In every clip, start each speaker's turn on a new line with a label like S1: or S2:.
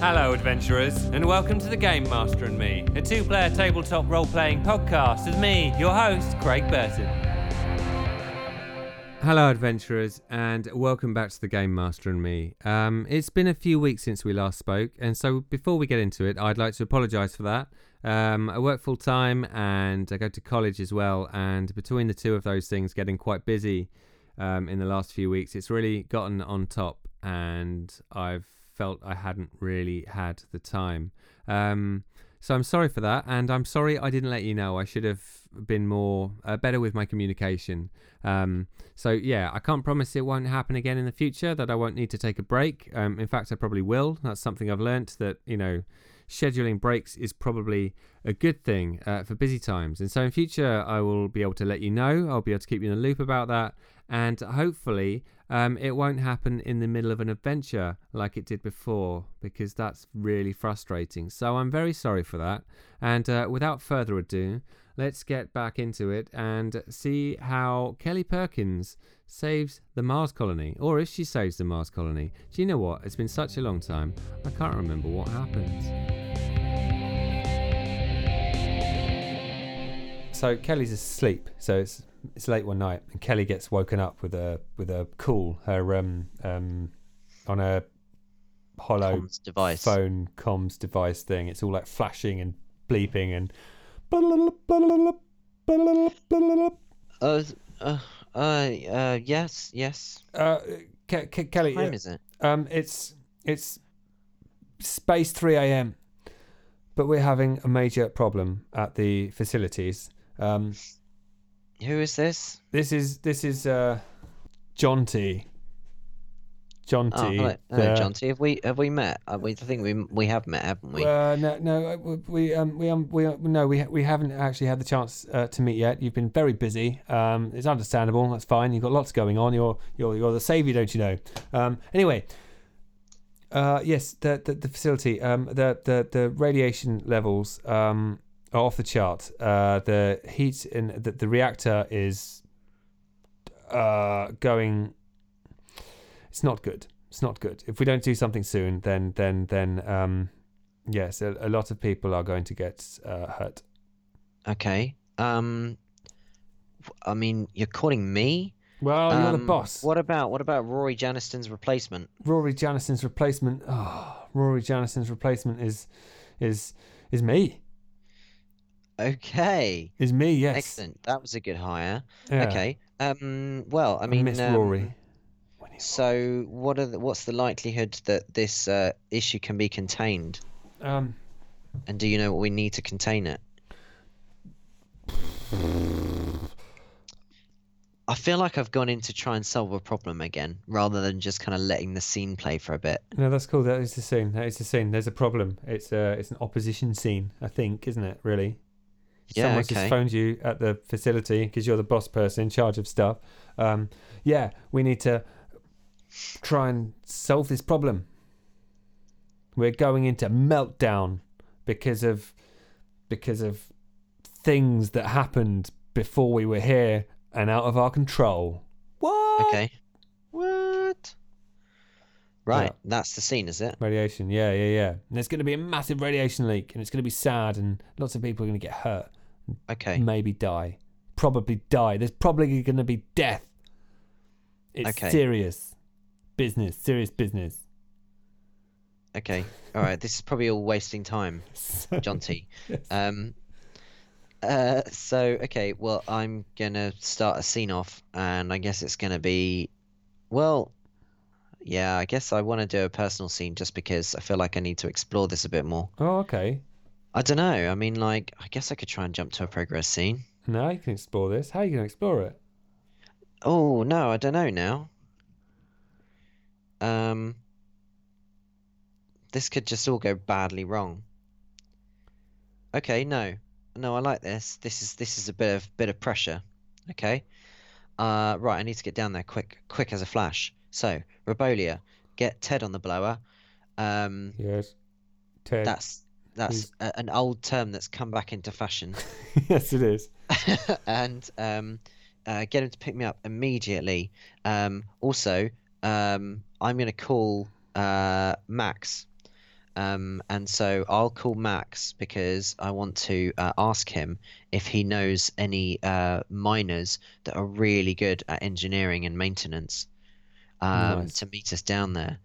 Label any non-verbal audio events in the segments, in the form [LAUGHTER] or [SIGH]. S1: Hello, adventurers, and welcome to The Game Master and Me, a two player tabletop role playing podcast with me, your host, Craig Burton. Hello, adventurers, and welcome back to The Game Master and Me. Um, it's been a few weeks since we last spoke, and so before we get into it, I'd like to apologise for that. Um, I work full time and I go to college as well, and between the two of those things, getting quite busy um, in the last few weeks, it's really gotten on top, and I've felt I hadn't really had the time. Um, so I'm sorry for that, and I'm sorry I didn't let you know. I should have been more uh, better with my communication. Um, so yeah, I can't promise it won't happen again in the future. That I won't need to take a break. Um, in fact, I probably will. That's something I've learnt that you know, scheduling breaks is probably a good thing uh, for busy times. And so in future, I will be able to let you know. I'll be able to keep you in the loop about that, and hopefully, um, it won't happen in the middle of an adventure like it did before because that's really frustrating. So I'm very sorry for that. And uh, without further ado, let's get back into it and see how Kelly Perkins saves the Mars colony, or if she saves the Mars colony. Do you know what? It's been such a long time, I can't remember what happened. So Kelly's asleep, so it's it's late one night, and Kelly gets woken up with a with a call, her um um on a hollow
S2: comms device.
S1: phone comms device thing. It's all like flashing and bleeping and.
S2: Uh, uh, uh, uh, yes, yes.
S1: Uh, Ke- Ke- Kelly,
S2: What time
S1: uh,
S2: is it?
S1: um, it's it's space three a.m. But we're having a major problem at the facilities. Um,
S2: Who is this?
S1: this is this is uh, John T. John T.
S2: Oh, hello, hello
S1: the-
S2: John T. Have we have we met? Uh, we, I think we we have met, haven't we?
S1: Uh, no, no, uh, we- we um, we um, we uh, no, we ha- we haven't actually had the chance uh, to meet yet. You've been very busy. Um, it's understandable. That's fine. You've got lots going on. You're you're you're the savior, don't you know? Um, anyway. Uh, yes, the, the the facility, um, the the the radiation levels um are off the chart. Uh, the heat in the, the reactor is uh going. It's not good. It's not good. If we don't do something soon, then then then um Yes, a, a lot of people are going to get uh, hurt.
S2: okay. Um, w- I mean, you're calling me.
S1: Well, Oh, you're the
S2: Um,
S1: boss.
S2: What about what about Rory Janiston's replacement?
S1: Rory Janison's replacement. Oh, Rory Janison's replacement is, is, is me.
S2: Okay.
S1: Is me. Yes.
S2: Excellent. That was a good hire.
S1: Yeah.
S2: Okay. Um. Well, I mean,
S1: miss
S2: um,
S1: Rory.
S2: So, what are the, what's the likelihood that this uh, issue can be contained?
S1: Um,
S2: And do you know what we need to contain it? I feel like I've gone in to try and solve a problem again, rather than just kind of letting the scene play for a bit.
S1: no, that's cool. That is the scene. That is the scene. There's a problem. It's uh, it's an opposition scene. I think, isn't it? Really.
S2: Yeah,
S1: Someone just
S2: okay.
S1: phoned you at the facility because you're the boss person in charge of stuff. Um, yeah, we need to try and solve this problem. We're going into meltdown because of because of things that happened before we were here and out of our control. What?
S2: Okay. What? Right, that's the scene, is it?
S1: Radiation. Yeah, yeah, yeah. And there's going to be a massive radiation leak, and it's going to be sad, and lots of people are going to get hurt.
S2: Okay.
S1: maybe die. Probably die. There's probably going to be death. It's
S2: Okay.
S1: serious business. Serious business.
S2: Okay. All right. This is probably all wasting time, John T. Um, uh, so okay. Well, I'm gonna start a scene off, and I guess it's gonna be, well, yeah. I guess I want to do a personal scene just because I feel like I need to explore this a bit more.
S1: [LAUGHS] Oh, okay.
S2: I don't know. I mean, like, I guess I could try and jump to a progress scene.
S1: Now you can explore this. How are you going to explore it?
S2: Oh no, I don't know now. Um, this could just all go badly wrong. Okay, no, no, I like this. This is this is a bit of bit of pressure. Okay, uh, right, I need to get down there quick, quick as a flash. So, Robolia, get Ted on the blower. Um,
S1: Yes. Ted.
S2: that's that's a, an old term that's come back into fashion.
S1: [LAUGHS] yes, it is.
S2: and um, uh, get him to pick me up immediately. Um, also, um, I'm going to call uh, Max Um, and so I'll call Max because I want to uh, ask him if he knows any uh, miners that are really good at engineering and maintenance um,
S1: Nice.
S2: to meet us down there.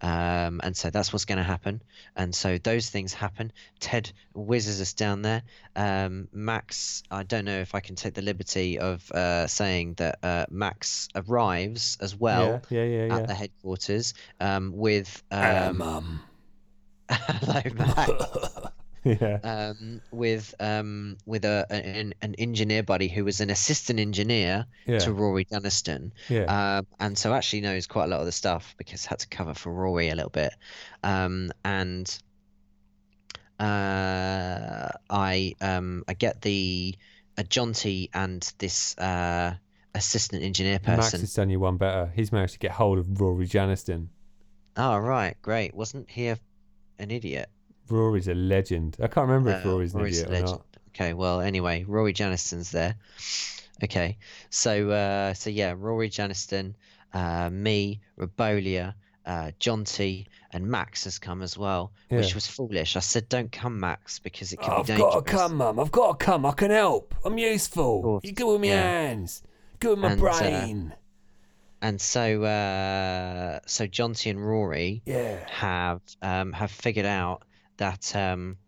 S2: Um, and so that's what's going to happen. And so those things happen. Ted whizzes us down there. Um, Max, I don't know if I can take the liberty of uh, saying that uh, Max arrives as well
S1: yeah, yeah, yeah.
S2: at the headquarters um, with
S1: yeah.
S2: um,
S1: Mum.
S2: [LAUGHS] hello, Max.
S1: [LAUGHS] yeah.
S2: um, with um, with a, an, an engineer buddy who was an assistant engineer
S1: Yeah.
S2: to Rory Dunniston,
S1: yeah.
S2: um, and so actually knows quite a lot of the stuff because had to cover for Rory a little bit, um, and uh, I um, I get the a jaunty and this uh, assistant engineer
S1: Max
S2: person.
S1: has done you one better. He's managed to get hold of Rory Janiston.
S2: Oh right, great. Wasn't he a, an idiot?
S1: Rory's a legend. I can't remember if
S2: Uh,
S1: Rory's an
S2: Rory's
S1: idiot
S2: a
S1: or
S2: legend.
S1: not.
S2: Okay, well, anyway, Rory Janiston's there. Okay, so uh, so yeah, Rory Janiston, uh, me, Robolia, uh, John T, and Max has come as well,
S1: Yeah.
S2: which was foolish. I said, "Don't come, Max, because it could
S1: I've
S2: be dangerous."
S1: got to come, Mum. I've got to come. I can help. I'm useful.
S2: course,
S1: You good with my
S2: yeah.
S1: hands? Good with my
S2: And, uh,
S1: brain?
S2: And so uh, so John T and Rory
S1: yeah.
S2: have um, have figured out that um,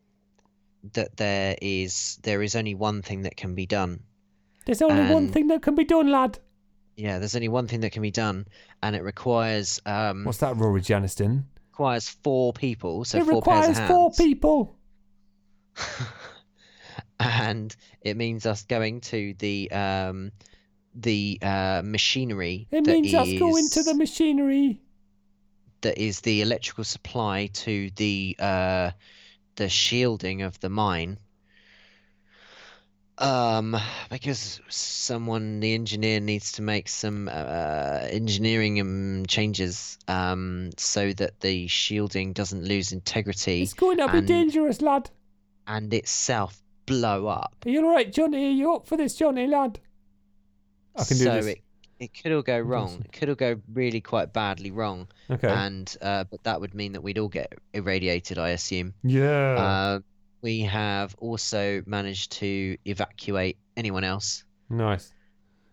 S2: that there is there is only one thing that can be done.
S1: There's only one
S2: and-
S1: thing that can be done, lad.
S2: Yeah, there's only one thing that can be done, and it requires um,
S1: What's that, Rory Janiston?
S2: requires four people, so
S1: it
S2: four pairs
S1: requires
S2: of hands,
S1: four people.
S2: [LAUGHS] and it means us going to the um, the uh, machinery
S1: It
S2: that
S1: means us going to
S2: is-
S1: the machinery.
S2: that is the electrical supply to the uh, the shielding of the mine. Um, because someone, the engineer, needs to make some uh, engineering um, changes um, so that the shielding doesn't lose integrity
S1: It's going to be
S2: and-
S1: dangerous, lad.
S2: and itself blow up.
S1: Are you all right, Johnny? Are you up for this, Johnny, lad? I can do
S2: so
S1: this.
S2: It, it could all go wrong. It could all go really quite badly wrong,
S1: okay.
S2: and uh, but that would mean that we'd all get irradiated, I assume.
S1: yeah.
S2: Uh, we have also managed to evacuate anyone else.
S1: nice.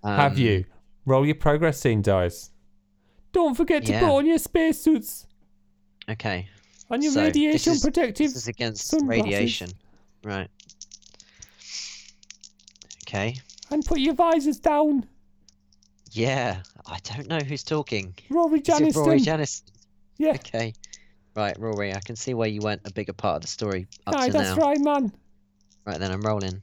S2: Um,
S1: Have you? Roll your progress scene dice. Don't forget to
S2: Yeah.
S1: put on your spacesuits
S2: Um, Okay.
S1: and your
S2: So, this
S1: radiation
S2: is-
S1: protective.
S2: This is against
S1: sunglasses.
S2: radiation. Right. Okay.
S1: And put your visors down.
S2: Yeah. I don't know who's talking.
S1: Rory
S2: Is it Rory
S1: Janiston.
S2: Janis?
S1: Yeah.
S2: Okay. Right, Rory, I can see why you weren't a bigger part of the story up
S1: Aye,
S2: to
S1: that's
S2: now.
S1: right, man.
S2: Right then, I'm rolling.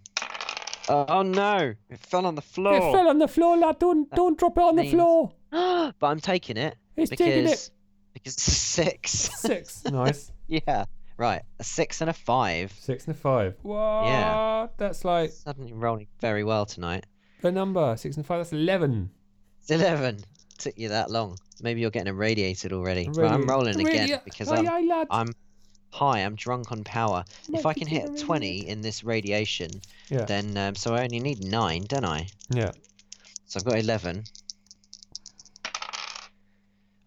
S2: Oh, oh no! It fell on the floor.
S1: It fell on the floor, lad. Don't, don't drop it on the
S2: means-
S1: floor.
S2: [GASPS] but I'm taking it
S1: It's taking it.
S2: because because it's a six. [LAUGHS]
S1: Six. nice.
S2: yeah. Right. A six and a five.
S1: Six and a five. What?
S2: Yeah.
S1: That's like
S2: Suddenly rolling very well tonight.
S1: the number. Six and five. That's 11.
S2: It's eleven. Took you that long. Maybe you're getting irradiated already. Right, I'm
S1: Radi-
S2: rolling again
S1: Radia-
S2: because
S1: aye,
S2: I'm
S1: aye, lad.
S2: I'm high. I'm drunk on power. If I
S1: Might
S2: can
S1: be
S2: hit
S1: getting
S2: twenty in this radiation,
S1: Yeah.
S2: then um, so I only need nine, don't I?
S1: Yeah.
S2: So I've got 11.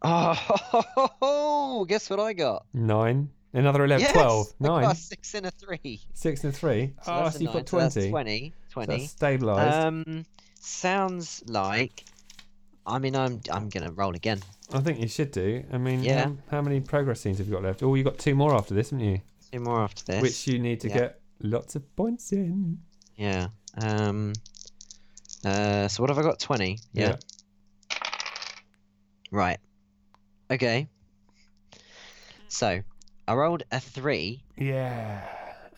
S2: Oh, [LAUGHS] guess what I got?
S1: Nine. Another 11.
S2: Yes, [LAUGHS]
S1: 12.
S2: I got
S1: Nine.
S2: a 6 and a 3.
S1: Six and three.
S2: So
S1: oh,
S2: that's
S1: so
S2: a
S1: you've
S2: nine,
S1: got
S2: so that's
S1: 20.
S2: 20. 20.
S1: stabilised.
S2: Um, sounds like. I mean, I'm I'm gonna roll again.
S1: I think you should do. I mean,
S2: Yeah.
S1: how, how many progress scenes have you got left? Oh, you got two more after this, haven't you?
S2: Two more after this.
S1: Which you need to
S2: Yeah.
S1: get lots of points in.
S2: Yeah. Um. Uh. So what have I got? Twenty. Yeah. Right. Okay. So, I rolled a three
S1: Yeah. Yeah.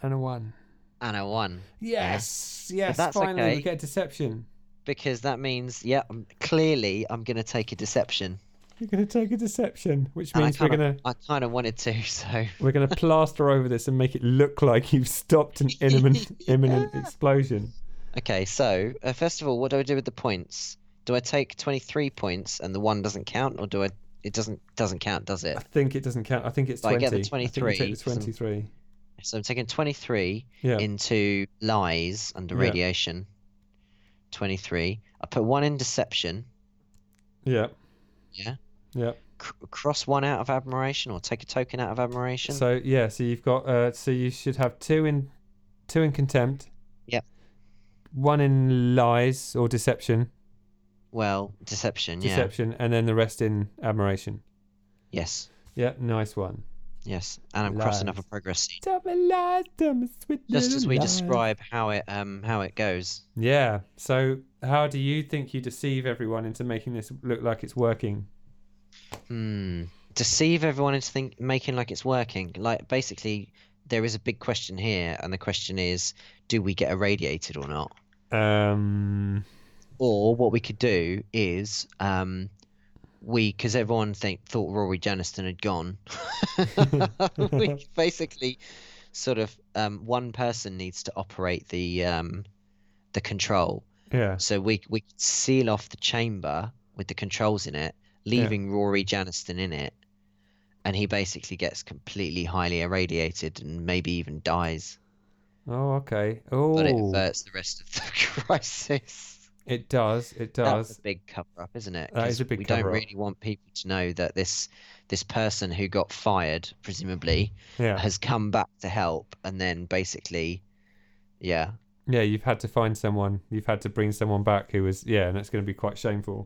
S1: And a one.
S2: and a one.
S1: Yes. Yes.
S2: that's
S1: Finally,
S2: okay-
S1: we get deception.
S2: because that means yeah I'm- clearly i'm going to take a deception
S1: We're gonna take a deception, which
S2: And I
S1: means we're
S2: kinda-
S1: gonna
S2: i kind of wanted to [LAUGHS] so
S1: we're gonna plaster over this and make it look like you've stopped an
S2: [LAUGHS]
S1: imminent imminent explosion.
S2: okay so uh, first of all what do i do with the points do i take 23 points and the one doesn't count or do i it doesn't doesn't count does it
S1: I think it doesn't count. I think it's
S2: Well, I
S1: twenty.
S2: get the
S1: I think you take the
S2: 23,
S1: twenty-three.
S2: so i'm taking 23
S1: Yeah.
S2: into lies under
S1: Yeah.
S2: radiation 23 i put one in deception
S1: yeah.
S2: Yeah.
S1: Yeah.
S2: cr- cross one out of admiration or take a token out of admiration?
S1: So yeah, so you've got uh, so you should have two in two in contempt.
S2: Yep.
S1: One in lies or deception,
S2: well, deception. Yeah.
S1: deception, and then the rest in admiration.
S2: Yes.
S1: Yeah, nice one.
S2: Yes. And I'm crossing up a
S1: Lies.
S2: progress scene.
S1: Double lies, dumb sweet
S2: Just as
S1: little
S2: we
S1: lies.
S2: describe how it um how it goes.
S1: Yeah. So how do you think you deceive everyone into making this look like it's working?
S2: Hmm. Deceive everyone into think making like it's working. Like basically, there is a big question here, and the question is, do we get irradiated or not?
S1: Um.
S2: Or what we could do is, um, we because everyone think thought Rory Janiston had gone. [LAUGHS] we basically sort of um, one person needs to operate the um, the control.
S1: Yeah.
S2: So we we could seal off the chamber with the controls in it, leaving Rory Janiston in it, and he basically gets completely highly irradiated and maybe even dies.
S1: Oh, okay. Oh,
S2: But it
S1: it,
S2: averts the rest of the [LAUGHS] crisis.
S1: does. It
S2: That's
S1: does.
S2: a big cover up, isn't it?
S1: That is
S2: 'Cause
S1: a big
S2: We don't
S1: cover-up.
S2: really want people to know that this this person who got fired, presumably,
S1: Yeah.
S2: has come back to help, and then basically, yeah,
S1: Yeah. You've had to find someone. You've had to bring someone back who was. Yeah, and that's going to be quite shameful.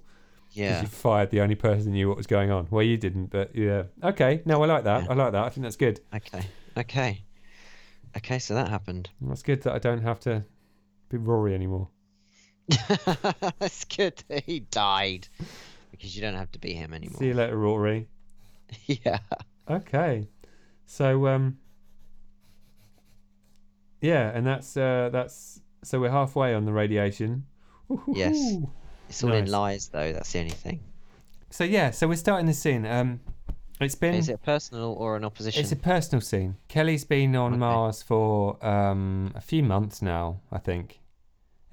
S1: 'cause
S2: yeah.
S1: You fired the only person who knew what was going on. Well, you didn't, but yeah. Okay. No, I like that.
S2: Yeah.
S1: I like that. I think that's good.
S2: Okay, okay, okay. So that happened. [LAUGHS]
S1: That's good that I don't have to be Rory anymore.
S2: That's good. that He died because you don't have to be him anymore.
S1: See you later, Rory.
S2: [LAUGHS] yeah.
S1: Okay. So um. Yeah, and that's uh that's so we're halfway on the radiation.
S2: Yes. It's all in
S1: Nice.
S2: lies, though. That's the only thing.
S1: So yeah, so we're starting this scene. Um, it's been
S2: Is it personal or an opposition?
S1: It's a personal scene. Kelly's been on
S2: Okay.
S1: Mars for um, a few months now, I think.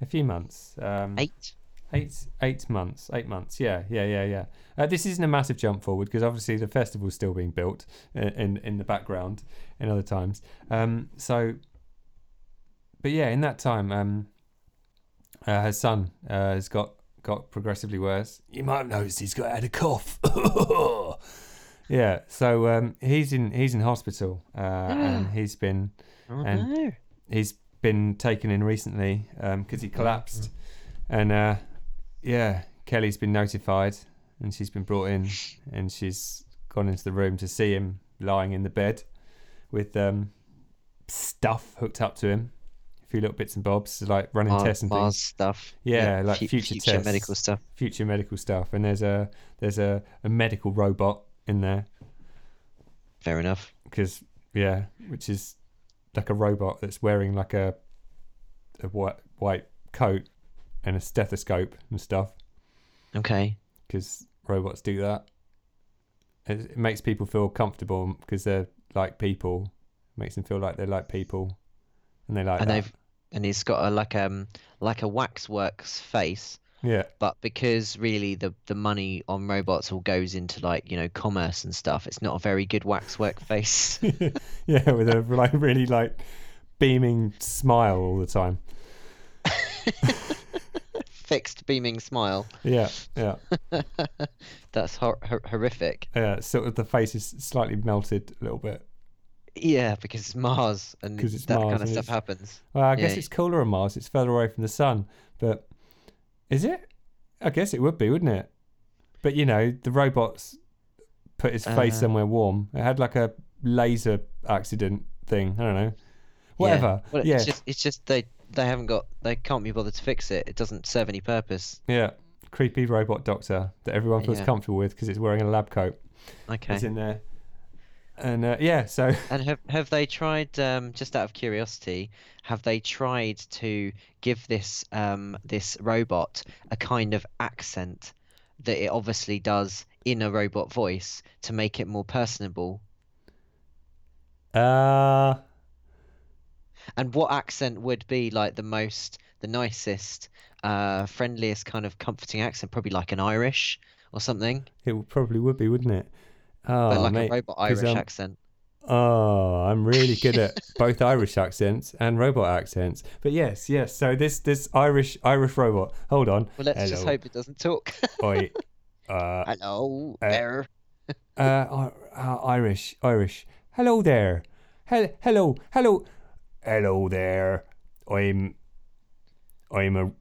S1: A few months. Um,
S2: Eight.
S1: eight, eight months. Eight months. Yeah, yeah, yeah, yeah. Uh, this isn't a massive jump forward because obviously the festival's still being built in in, in the background in other times. Um, so, but yeah, in that time, um, uh, her son uh, has got got progressively worse. You might have noticed he's got had a cough. [LAUGHS] yeah, so um, he's in he's in hospital uh, and he's been
S2: Oh,
S1: and-
S2: no.
S1: he's been taken in recently because he collapsed, and uh, yeah, Kelly's been notified and she's been brought in and she's gone into the room to see him lying in the bed with um, stuff hooked up to him, a few little bits and bobs like running
S2: Mars,
S1: tests and things
S2: Mars stuff.
S1: Yeah, like
S2: fu-
S1: future tests.
S2: medical stuff.
S1: future medical stuff and there's a there's a, a medical robot in there
S2: Fair enough.
S1: because yeah which is like a robot that's wearing like a a white white coat and a stethoscope and stuff
S2: Okay.
S1: because robots do that it, it makes people feel comfortable because they're like people makes them feel like they're like people and they like
S2: and
S1: that.
S2: they've and he's got a like um like a waxworks face,
S1: [LAUGHS] yeah
S2: but because really the the money on robots all goes into like you know commerce and stuff. It's not a very
S1: [LAUGHS]
S2: good waxwork face. [LAUGHS]
S1: yeah with a like really like beaming smile all the time
S2: Fixed beaming smile. [LAUGHS]
S1: yeah yeah
S2: That's hor- hor- horrific.
S1: yeah sort of the face is slightly melted a little bit
S2: Yeah, because it's Mars and
S1: 'Cause it's
S2: that
S1: Mars
S2: kind of
S1: and
S2: stuff
S1: it's-
S2: happens.
S1: Well, I guess
S2: Yeah.
S1: it's cooler on Mars. It's further away from the sun. But is it? I guess it would be, wouldn't it? But you know, the robots put his face
S2: Uh.
S1: somewhere warm. It had like a laser accident thing. I don't know. Whatever.
S2: Yeah. Well, it's
S1: yeah.
S2: just it's just they they haven't got they can't be bothered to fix it. It doesn't serve any purpose.
S1: yeah. Creepy robot doctor that everyone feels
S2: Yeah.
S1: comfortable with because it's wearing a lab coat.
S2: Okay.
S1: It's in there. And uh, yeah, so [LAUGHS]
S2: And have have they tried um, just out of curiosity? Have they tried to give this um, this robot a kind of accent that it obviously does in a robot voice to make it more personable?
S1: uh,
S2: And what accent would be like the most, the nicest, uh, friendliest kind of comforting accent? Probably like an Irish or something,
S1: it would- probably would be, wouldn't it? Oh,
S2: but like
S1: mate.
S2: a robot
S1: 'cause,
S2: Irish
S1: um,
S2: accent.
S1: Oh, I'm really good
S2: [LAUGHS]
S1: at both Irish accents and robot accents. But yes, yes. So this this Irish Irish robot. Hold on.
S2: Well, let's just
S1: hello.
S2: hope it doesn't talk.
S1: Oi. Uh,
S2: [LAUGHS] Hello
S1: Uh,
S2: there.
S1: uh, I- uh, Irish, Irish. Hello there. Hel- hello, hello, hello there. I'm, I'm a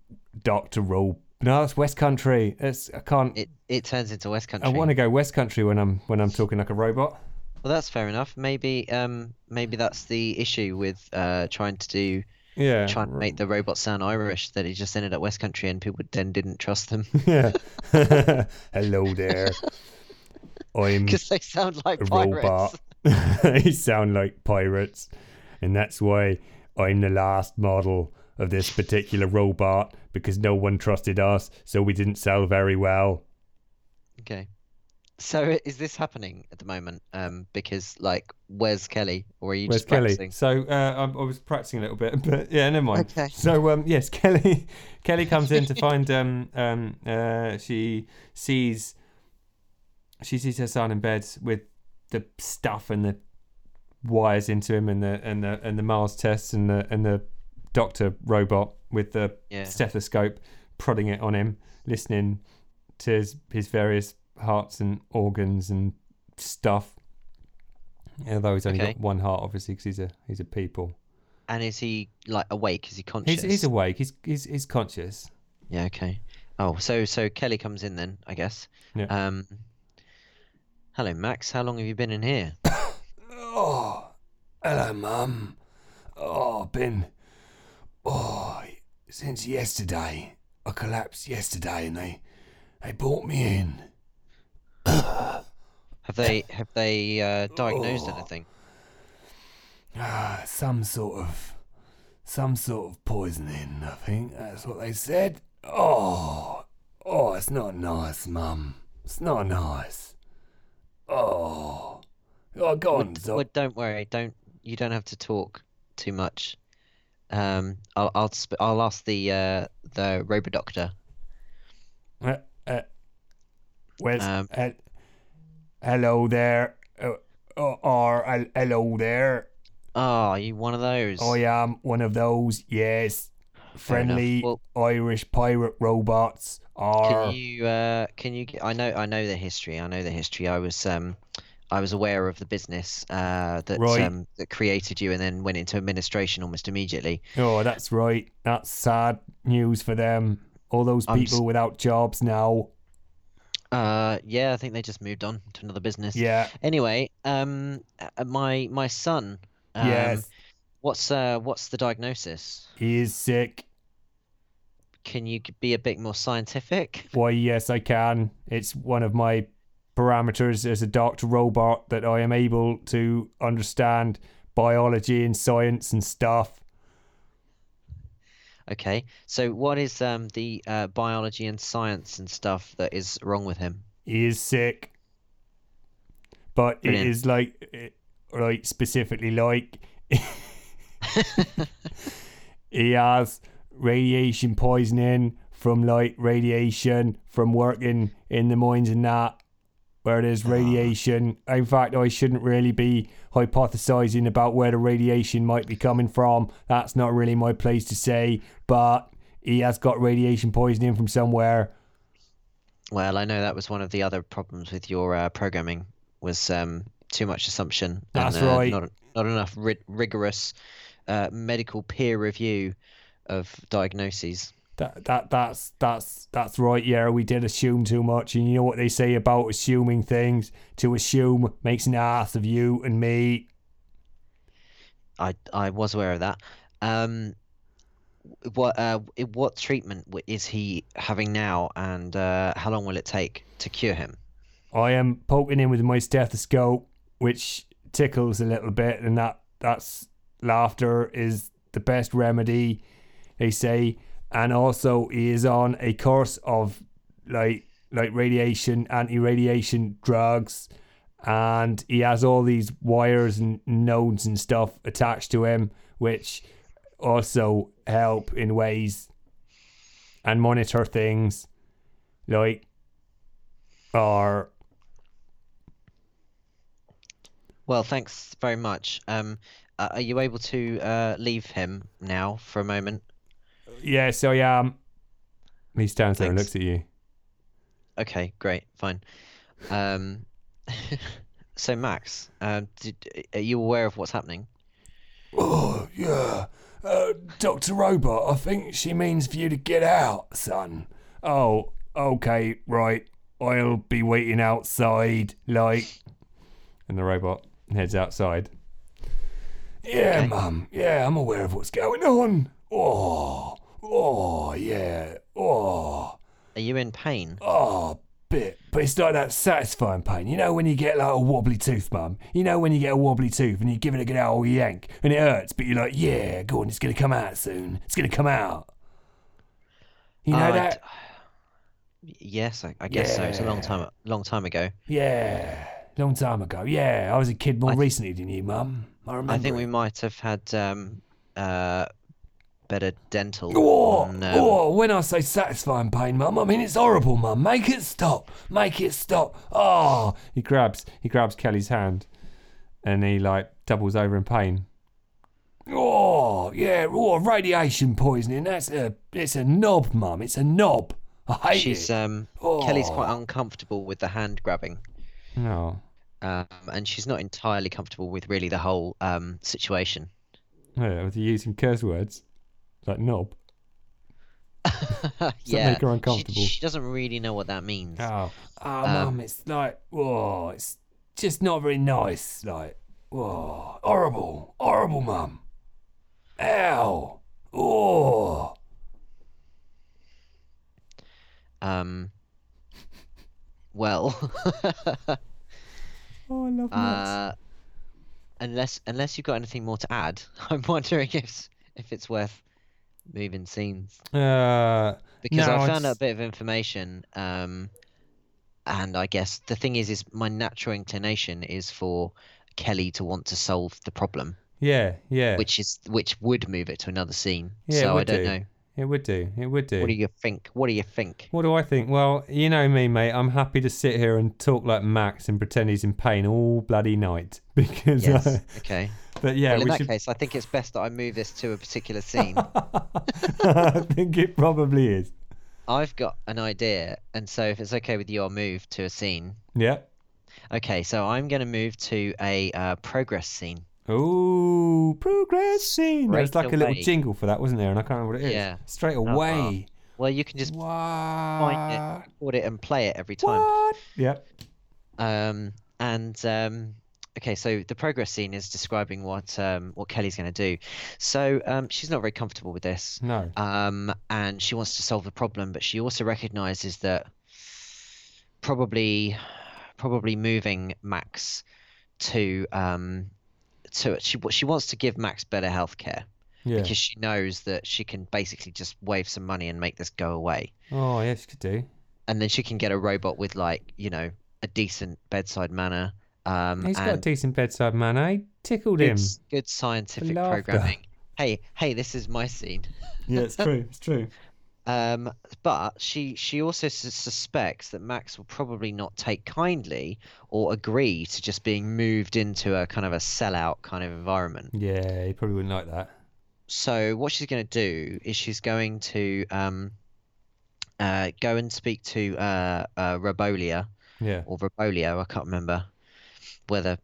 S1: Doctor Robe. No, that's West Country. It's, I can't.
S2: It it turns into West Country.
S1: I want to go West Country when I'm when I'm talking like a robot.
S2: Well, that's fair enough. Maybe um maybe that's the issue with uh trying to do
S1: Yeah.
S2: trying to make [LAUGHS] the robot sound Irish that it just ended up West Country and people then didn't trust them [LAUGHS]
S1: Yeah. [LAUGHS] hello there.
S2: [LAUGHS]
S1: I'm
S2: because they sound like
S1: a
S2: pirates.
S1: robot. they sound like pirates. And that's why I'm the last model of this particular robot because no one trusted us, so we didn't sell very well.
S2: Okay. So i- is this happening at the moment? Um, because like, where's Kelly? Or are you
S1: Where's
S2: just
S1: Kelly?
S2: practicing?
S1: So uh, I, I was practicing a little bit, [LAUGHS] but yeah, never mind.
S2: Okay.
S1: So um, yes, [LAUGHS] Kelly, Kelly comes in to find um, um, uh, she sees she sees her son in bed with the stuff and the wires into him and the and the and the Mars test and the and the doctor robot with the
S2: Yeah.
S1: stethoscope prodding it on him, listening to his, his various hearts and organs and stuff. Although he's only
S2: Okay.
S1: got one heart, obviously, because he's a he's a people.
S2: And is he like awake? Is he conscious?
S1: He's, he's awake. He's, he's he's conscious.
S2: Yeah. Okay. Oh, so so Kelly comes in then, I guess.
S1: Yeah.
S2: Um. Hello, Max. How long have you been in here?
S1: Oh, hello, mum. Oh, been oh since yesterday. I collapsed yesterday, and they they brought me in.
S2: Have they have they uh, diagnosed
S1: Oh,
S2: anything?
S1: Ah, some sort of some sort of poisoning, I think. That's what they said. Oh Oh, it's not nice, Mum. It's not nice. Oh, oh go on, Doc.
S2: Well, don't worry. Don't you don't have to talk too much. Um, I'll I'll sp- I'll ask the uh the robot doctor.
S1: Uh, uh, where's
S2: Um,
S1: uh, hello there? Uh, or- or uh, hello there?
S2: Oh, are you one of those?
S1: I am one of those. Yes,
S2: enough.
S1: friendly
S2: Well-
S1: Irish pirate robots are.
S2: Can you uh can you g- I know I know the history. I know the history. I was um I was aware of the business uh that
S1: Right.
S2: um that created you and then went into administration almost immediately.
S1: Oh, that's right. That's sad news for them. All those
S2: I'm
S1: people without jobs now.
S2: Uh yeah, I think they just moved on to another business.
S1: Yeah.
S2: Anyway, um uh, my my son um
S1: yes.
S2: what's uh what's the diagnosis?
S1: He is sick.
S2: Can you g- be a bit more scientific?
S1: Why, yes, I can. It's one of my parameters as a doctor robot that I am able to understand biology and science and stuff.
S2: Okay. So what is um the uh biology and science and stuff that is wrong with him?
S1: He is sick. But
S2: Brilliant.
S1: it is like, it, like, specifically like, [LAUGHS] he has radiation poisoning from light radiation from working in the mines and that where there's radiation in fact i shouldn't really be hypothesizing about where the radiation might be coming from that's not really my place to say but he has got radiation poisoning from somewhere
S2: Well, I know that was one of the other problems with your uh, programming was um, too much assumption
S1: That's
S2: and uh,
S1: right.
S2: not not enough ri- rigorous uh, medical peer review of diagnoses.
S1: That, that that's that's that's right. Yeah, we did assume too much, and you know what they say about assuming things. To assume makes an ass of you and me.
S2: I I was aware of that. Um, what uh, i- what treatment w- is he having now, and uh, how long will it take to cure him?
S1: I am poking him with my stethoscope, which tickles a little bit, and that that's laughter is the best remedy, they say. And also, he is on a course of like like radiation, anti-radiation drugs, and he has all these wires and nodes and stuff attached to him, which also help in ways and monitor things like are
S2: Well, thanks very much. Um, uh, are you able to uh, leave him now for a moment?
S1: Yeah, so yeah. Um, he stands there and
S2: Thanks.
S1: looks at you.
S2: Okay, great, fine. Um, [LAUGHS] So Max, um, did, are you aware of what's happening?
S1: Oh, yeah. Uh, Dr. Robot, I think she means for you to get out, son. Oh, okay, right. I'll be waiting outside, like. And the robot heads outside. Yeah,
S2: Okay.
S1: mum. Yeah, I'm aware of what's going on. Oh, oh, yeah. Oh,
S2: Are you in pain?
S1: oh, bit. But it's like that satisfying pain. You know when you get like a wobbly tooth, mum? You know when you get a wobbly tooth and you give it a good old yank and it hurts, but you're like, yeah, go on, it's going to come out soon. It's going to come out. You know
S2: Oh, I
S1: that?
S2: d- yes, I, I guess so. It's a long time, long time ago.
S1: Yeah, long time ago. Yeah, I was a kid more
S2: I-
S1: recently than you, mum. I remember.
S2: I think we
S1: it.
S2: might have had um, uh, better dental.
S1: Oh,
S2: on, um,
S1: oh, when I say satisfying pain, mum, I mean it's horrible, mum. Make it stop. Make it stop. Oh. He grabs, he grabs Kelly's hand, and he like doubles over in pain. Oh, yeah. Oh, radiation poisoning. That's a, it's a knob, mum. It's a knob. I hate
S2: she's
S1: it.
S2: um, Kelly's quite
S1: Oh.
S2: uncomfortable with the hand grabbing,
S1: No.
S2: um, and she's not entirely comfortable with really the whole um, situation. [LAUGHS]
S1: Yeah, was he using curse words? Like knob.
S2: yeah,
S1: make her
S2: she-
S1: uncomfortable?
S2: She, doesn't really know what that means.
S1: Oh, oh,
S2: Um,
S1: mum, it's like, whoa, it's just not very nice. Like, whoa, horrible, horrible, mum. Ow, oh,
S2: Um, well, [LAUGHS]
S1: oh, I love
S2: uh, unless unless you've got anything more to add, [LAUGHS] I'm wondering if if it's worth moving scenes.
S1: Uh,
S2: because
S1: No,
S2: I found out
S1: it's-
S2: a bit of information, um, and I guess the thing is, is my natural inclination is for Kelly to want to solve the problem,
S1: yeah, yeah,
S2: which is which would move it to another scene.
S1: Yeah, it
S2: so I
S1: would
S2: don't
S1: do.
S2: know.
S1: it would do, it would do.
S2: What do you think? What do
S1: [LAUGHS]
S2: you think?
S1: What do I think? Well, you know me, mate. I'm happy to sit here and talk like Max and pretend he's in pain all bloody night [LAUGHS] because. uh,
S2: Yes.
S1: [LAUGHS]
S2: okay.
S1: but yeah,
S2: well, in
S1: we
S2: that
S1: should.
S2: case, I think it's best that I move this to a
S1: [LAUGHS]
S2: particular scene.
S1: I think it probably is.
S2: I've got an idea, and so if it's okay with you, I'll move to a scene.
S1: Yeah.
S2: Okay, so I'm going to move to a uh, progress scene.
S1: Oh, progressing. There was
S2: Straight
S1: like a little
S2: away.
S1: jingle for that, wasn't there? And I can't remember what it is.
S2: Yeah.
S1: Straight away.
S2: Well, you can just
S1: Wow.
S2: record it and play it every time.
S1: What? Yep.
S2: Um, and um, okay, so the progress scene is describing what um, what Kelly's going to do. So um, she's not very comfortable with this,
S1: No.
S2: um, and she wants to solve the problem, but she also recognizes that probably probably moving Max to um, to she she wants to give Max better health care
S1: Yeah.
S2: because she knows that she can basically just wave some money and make this go away
S1: Oh, yes, you could do.
S2: and then she can get a robot with like you know a decent bedside manner um
S1: He's got a
S2: and
S1: decent bedside manner. I tickled
S2: good,
S1: him.
S2: s- good scientific
S1: laughter.
S2: programming hey hey this is my scene
S1: Yeah, it's true. It's true.
S2: um but she she also sus- suspects that max will probably not take kindly or agree to just being moved into a kind of a sellout kind of environment
S1: Yeah, he probably wouldn't like that.
S2: so what she's going to do is she's going to um uh go and speak to uh, uh robolia
S1: Yeah.
S2: or Robolio, I can't remember whether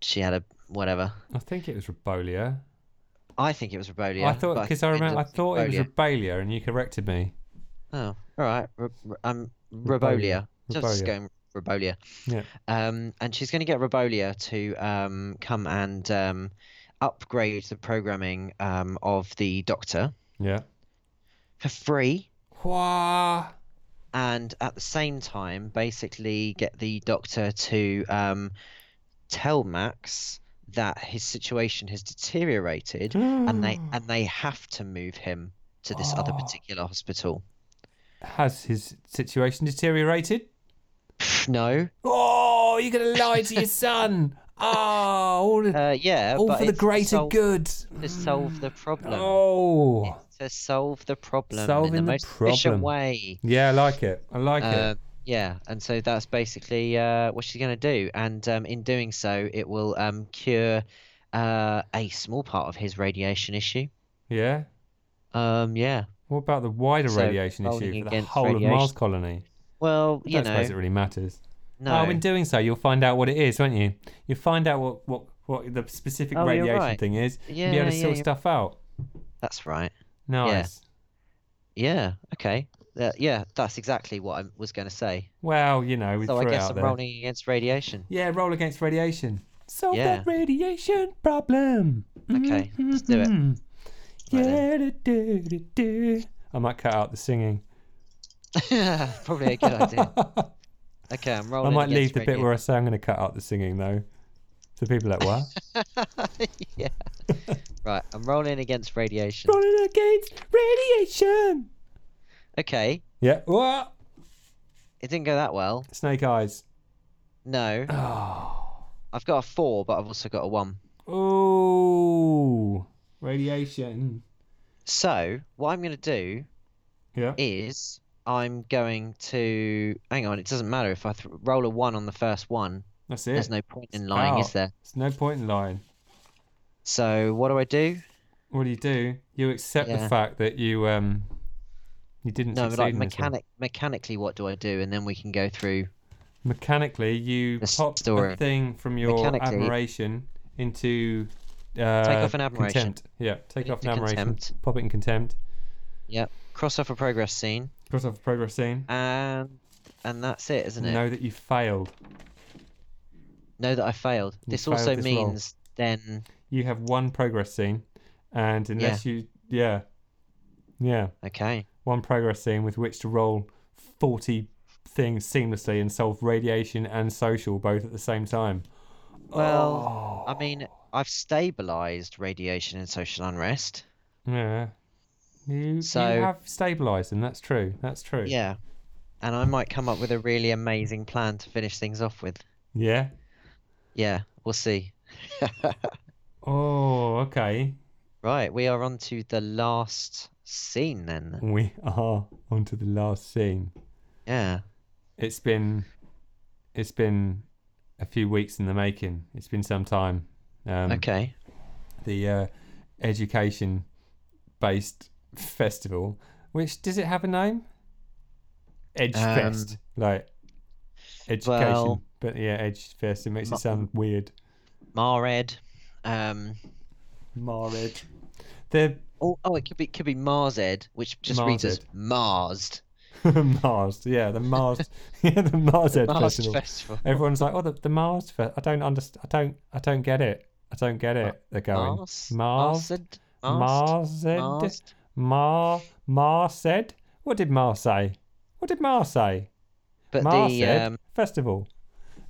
S2: she had a whatever.
S1: I think it was Rebolia.
S2: I think it was Robolio.
S1: I thought
S2: but
S1: because I
S2: think it
S1: remember I
S2: ended up
S1: thought it was
S2: Robolio.
S1: Rebolia, and you corrected me.
S2: Oh, all right. R- r- um,
S1: Robolio.
S2: Robolia. Just
S1: Robolio.
S2: going Robolia.
S1: Yeah.
S2: Um, and she's going to get Robolia to um come and um upgrade the programming um of the Doctor
S1: Yeah.
S2: for free,
S1: Wah.
S2: and at the same time, basically get the Doctor to um tell Max that his situation has deteriorated and
S1: [GASPS]
S2: they and they have to move him to this other
S1: Oh.
S2: particular hospital.
S1: has his situation deteriorated?
S2: No,
S1: Oh, you're gonna lie to your
S2: [LAUGHS]
S1: son. Oh, all, the-
S2: uh, yeah,
S1: all
S2: but
S1: for the
S2: it's to
S1: greater
S2: sol-
S1: good.
S2: To solve the problem.
S1: Oh,
S2: It's to solve the problem
S1: Solving
S2: in the
S1: the
S2: most efficient
S1: problem.
S2: way.
S1: yeah, I like it. I like
S2: Uh,
S1: it.
S2: yeah, and so that's basically uh, what she's going to do, and um, in doing so, it will um, cure uh, a small part of his radiation issue.
S1: Yeah.
S2: Um, yeah.
S1: What about the wider
S2: so
S1: radiation
S2: voting
S1: issue for the
S2: against
S1: whole of Mars
S2: radiation.
S1: colony?
S2: Well,
S1: I
S2: you
S1: don't
S2: know,
S1: suppose it really matters.
S2: No.
S1: Oh, in doing so, you'll find out what it is, won't you? You'll find out what what what the specific
S2: Oh, you're
S1: radiation
S2: right.
S1: thing is. and
S2: yeah,
S1: be able to
S2: yeah,
S1: sort
S2: yeah.
S1: stuff out.
S2: That's right.
S1: Nice.
S2: Yeah. Okay. Uh, yeah, that's exactly what I was going to say.
S1: Well, you know, we
S2: So
S1: threw
S2: I
S1: it
S2: guess
S1: out
S2: I'm
S1: there.
S2: rolling against radiation.
S1: Yeah, roll against radiation. Solve
S2: Yeah.
S1: that radiation problem.
S2: Okay, let's do it.
S1: Mhm.
S2: Right
S1: Yeah, do, do, do, do. I might cut out the singing.
S2: [LAUGHS] Probably a good idea. Okay, I'm rolling.
S1: I might leave
S2: against
S1: the bit where I say I'm going to cut out the singing though. So people are like what?
S2: radi- [LAUGHS] yeah.
S1: [LAUGHS]
S2: Right, I'm rolling against radiation.
S1: Rolling against radiation.
S2: Okay,
S1: Yeah. What?
S2: it didn't go that well.
S1: Snake eyes.
S2: No,
S1: Oh.
S2: I've got a four, but I've also got a one.
S1: Ooh. Radiation.
S2: So what I'm going to do
S1: Yeah.
S2: is I'm going to hang on. It doesn't matter if I th- roll a one on the first one.
S1: That's it.
S2: There's no point in lying,
S1: out.
S2: is there?
S1: There's no point in lying.
S2: So what do I do?
S1: What do you do? You accept the
S2: Yeah.
S1: fact that you um you didn't
S2: No,
S1: succeed
S2: like
S1: in this one.
S2: mechanic mechanically, what do I do? And then we can go through.
S1: mechanically you
S2: The s-
S1: pop
S2: story.
S1: a thing from your
S2: Mechanically.
S1: admiration into uh,
S2: off an admiration.
S1: Contempt. Yeah, take off an
S2: Into
S1: admiration.
S2: contempt.
S1: Pop it in contempt.
S2: Yep. Cross off a progress scene,
S1: Cross off a progress scene.
S2: and and that's it, isn't it?
S1: Know that you failed.
S2: Know that I failed.
S1: You
S2: This
S1: failed
S2: also
S1: this role.
S2: means then.
S1: You have one progress scene, and unless you, yeah, yeah,
S2: Okay.
S1: one progress scene with which to roll forty things seamlessly and solve radiation and social both at the same time.
S2: Well,
S1: Oh.
S2: I mean, I've stabilized radiation and social unrest.
S1: Yeah. You,
S2: So-
S1: you have stabilised them. That's true. That's true.
S2: Yeah. And I might come up with a really amazing plan to finish things off with.
S1: Yeah.
S2: Yeah, we'll see.
S1: Oh, okay.
S2: Right, we are on to the last scene then.
S1: We are onto the last scene.
S2: Yeah.
S1: It's been, it's been a few weeks in the making. It's been some time. Um,
S2: Okay.
S1: The uh, education-based festival, which does it have a name? Edge
S2: Um,
S1: Fest, like education,
S2: well-
S1: but yeah, Edge Fest. It makes
S2: Mu-
S1: it sound weird.
S2: Mared. Um.
S1: Marriage. The
S2: Oh, oh, it could be could be Marzed, which just reads as Marsed.
S1: [LAUGHS] Mars, yeah, the
S2: [LAUGHS]
S1: Mars, [LAUGHS] yeah, the Mars Edge
S2: Marsed
S1: Festival.
S2: Festival.
S1: Everyone's like, "Oh, the, the Mars Fest." I don't understand. I don't. I don't get it. I don't get it. They're going
S2: Mars.
S1: Mars.
S2: Marsed.
S1: Mars.
S2: Marsed. Marsed.
S1: Mar. Mar said. What did Mar say? What did Mar say?
S2: But
S1: Mar
S2: the
S1: said
S2: um,
S1: festival.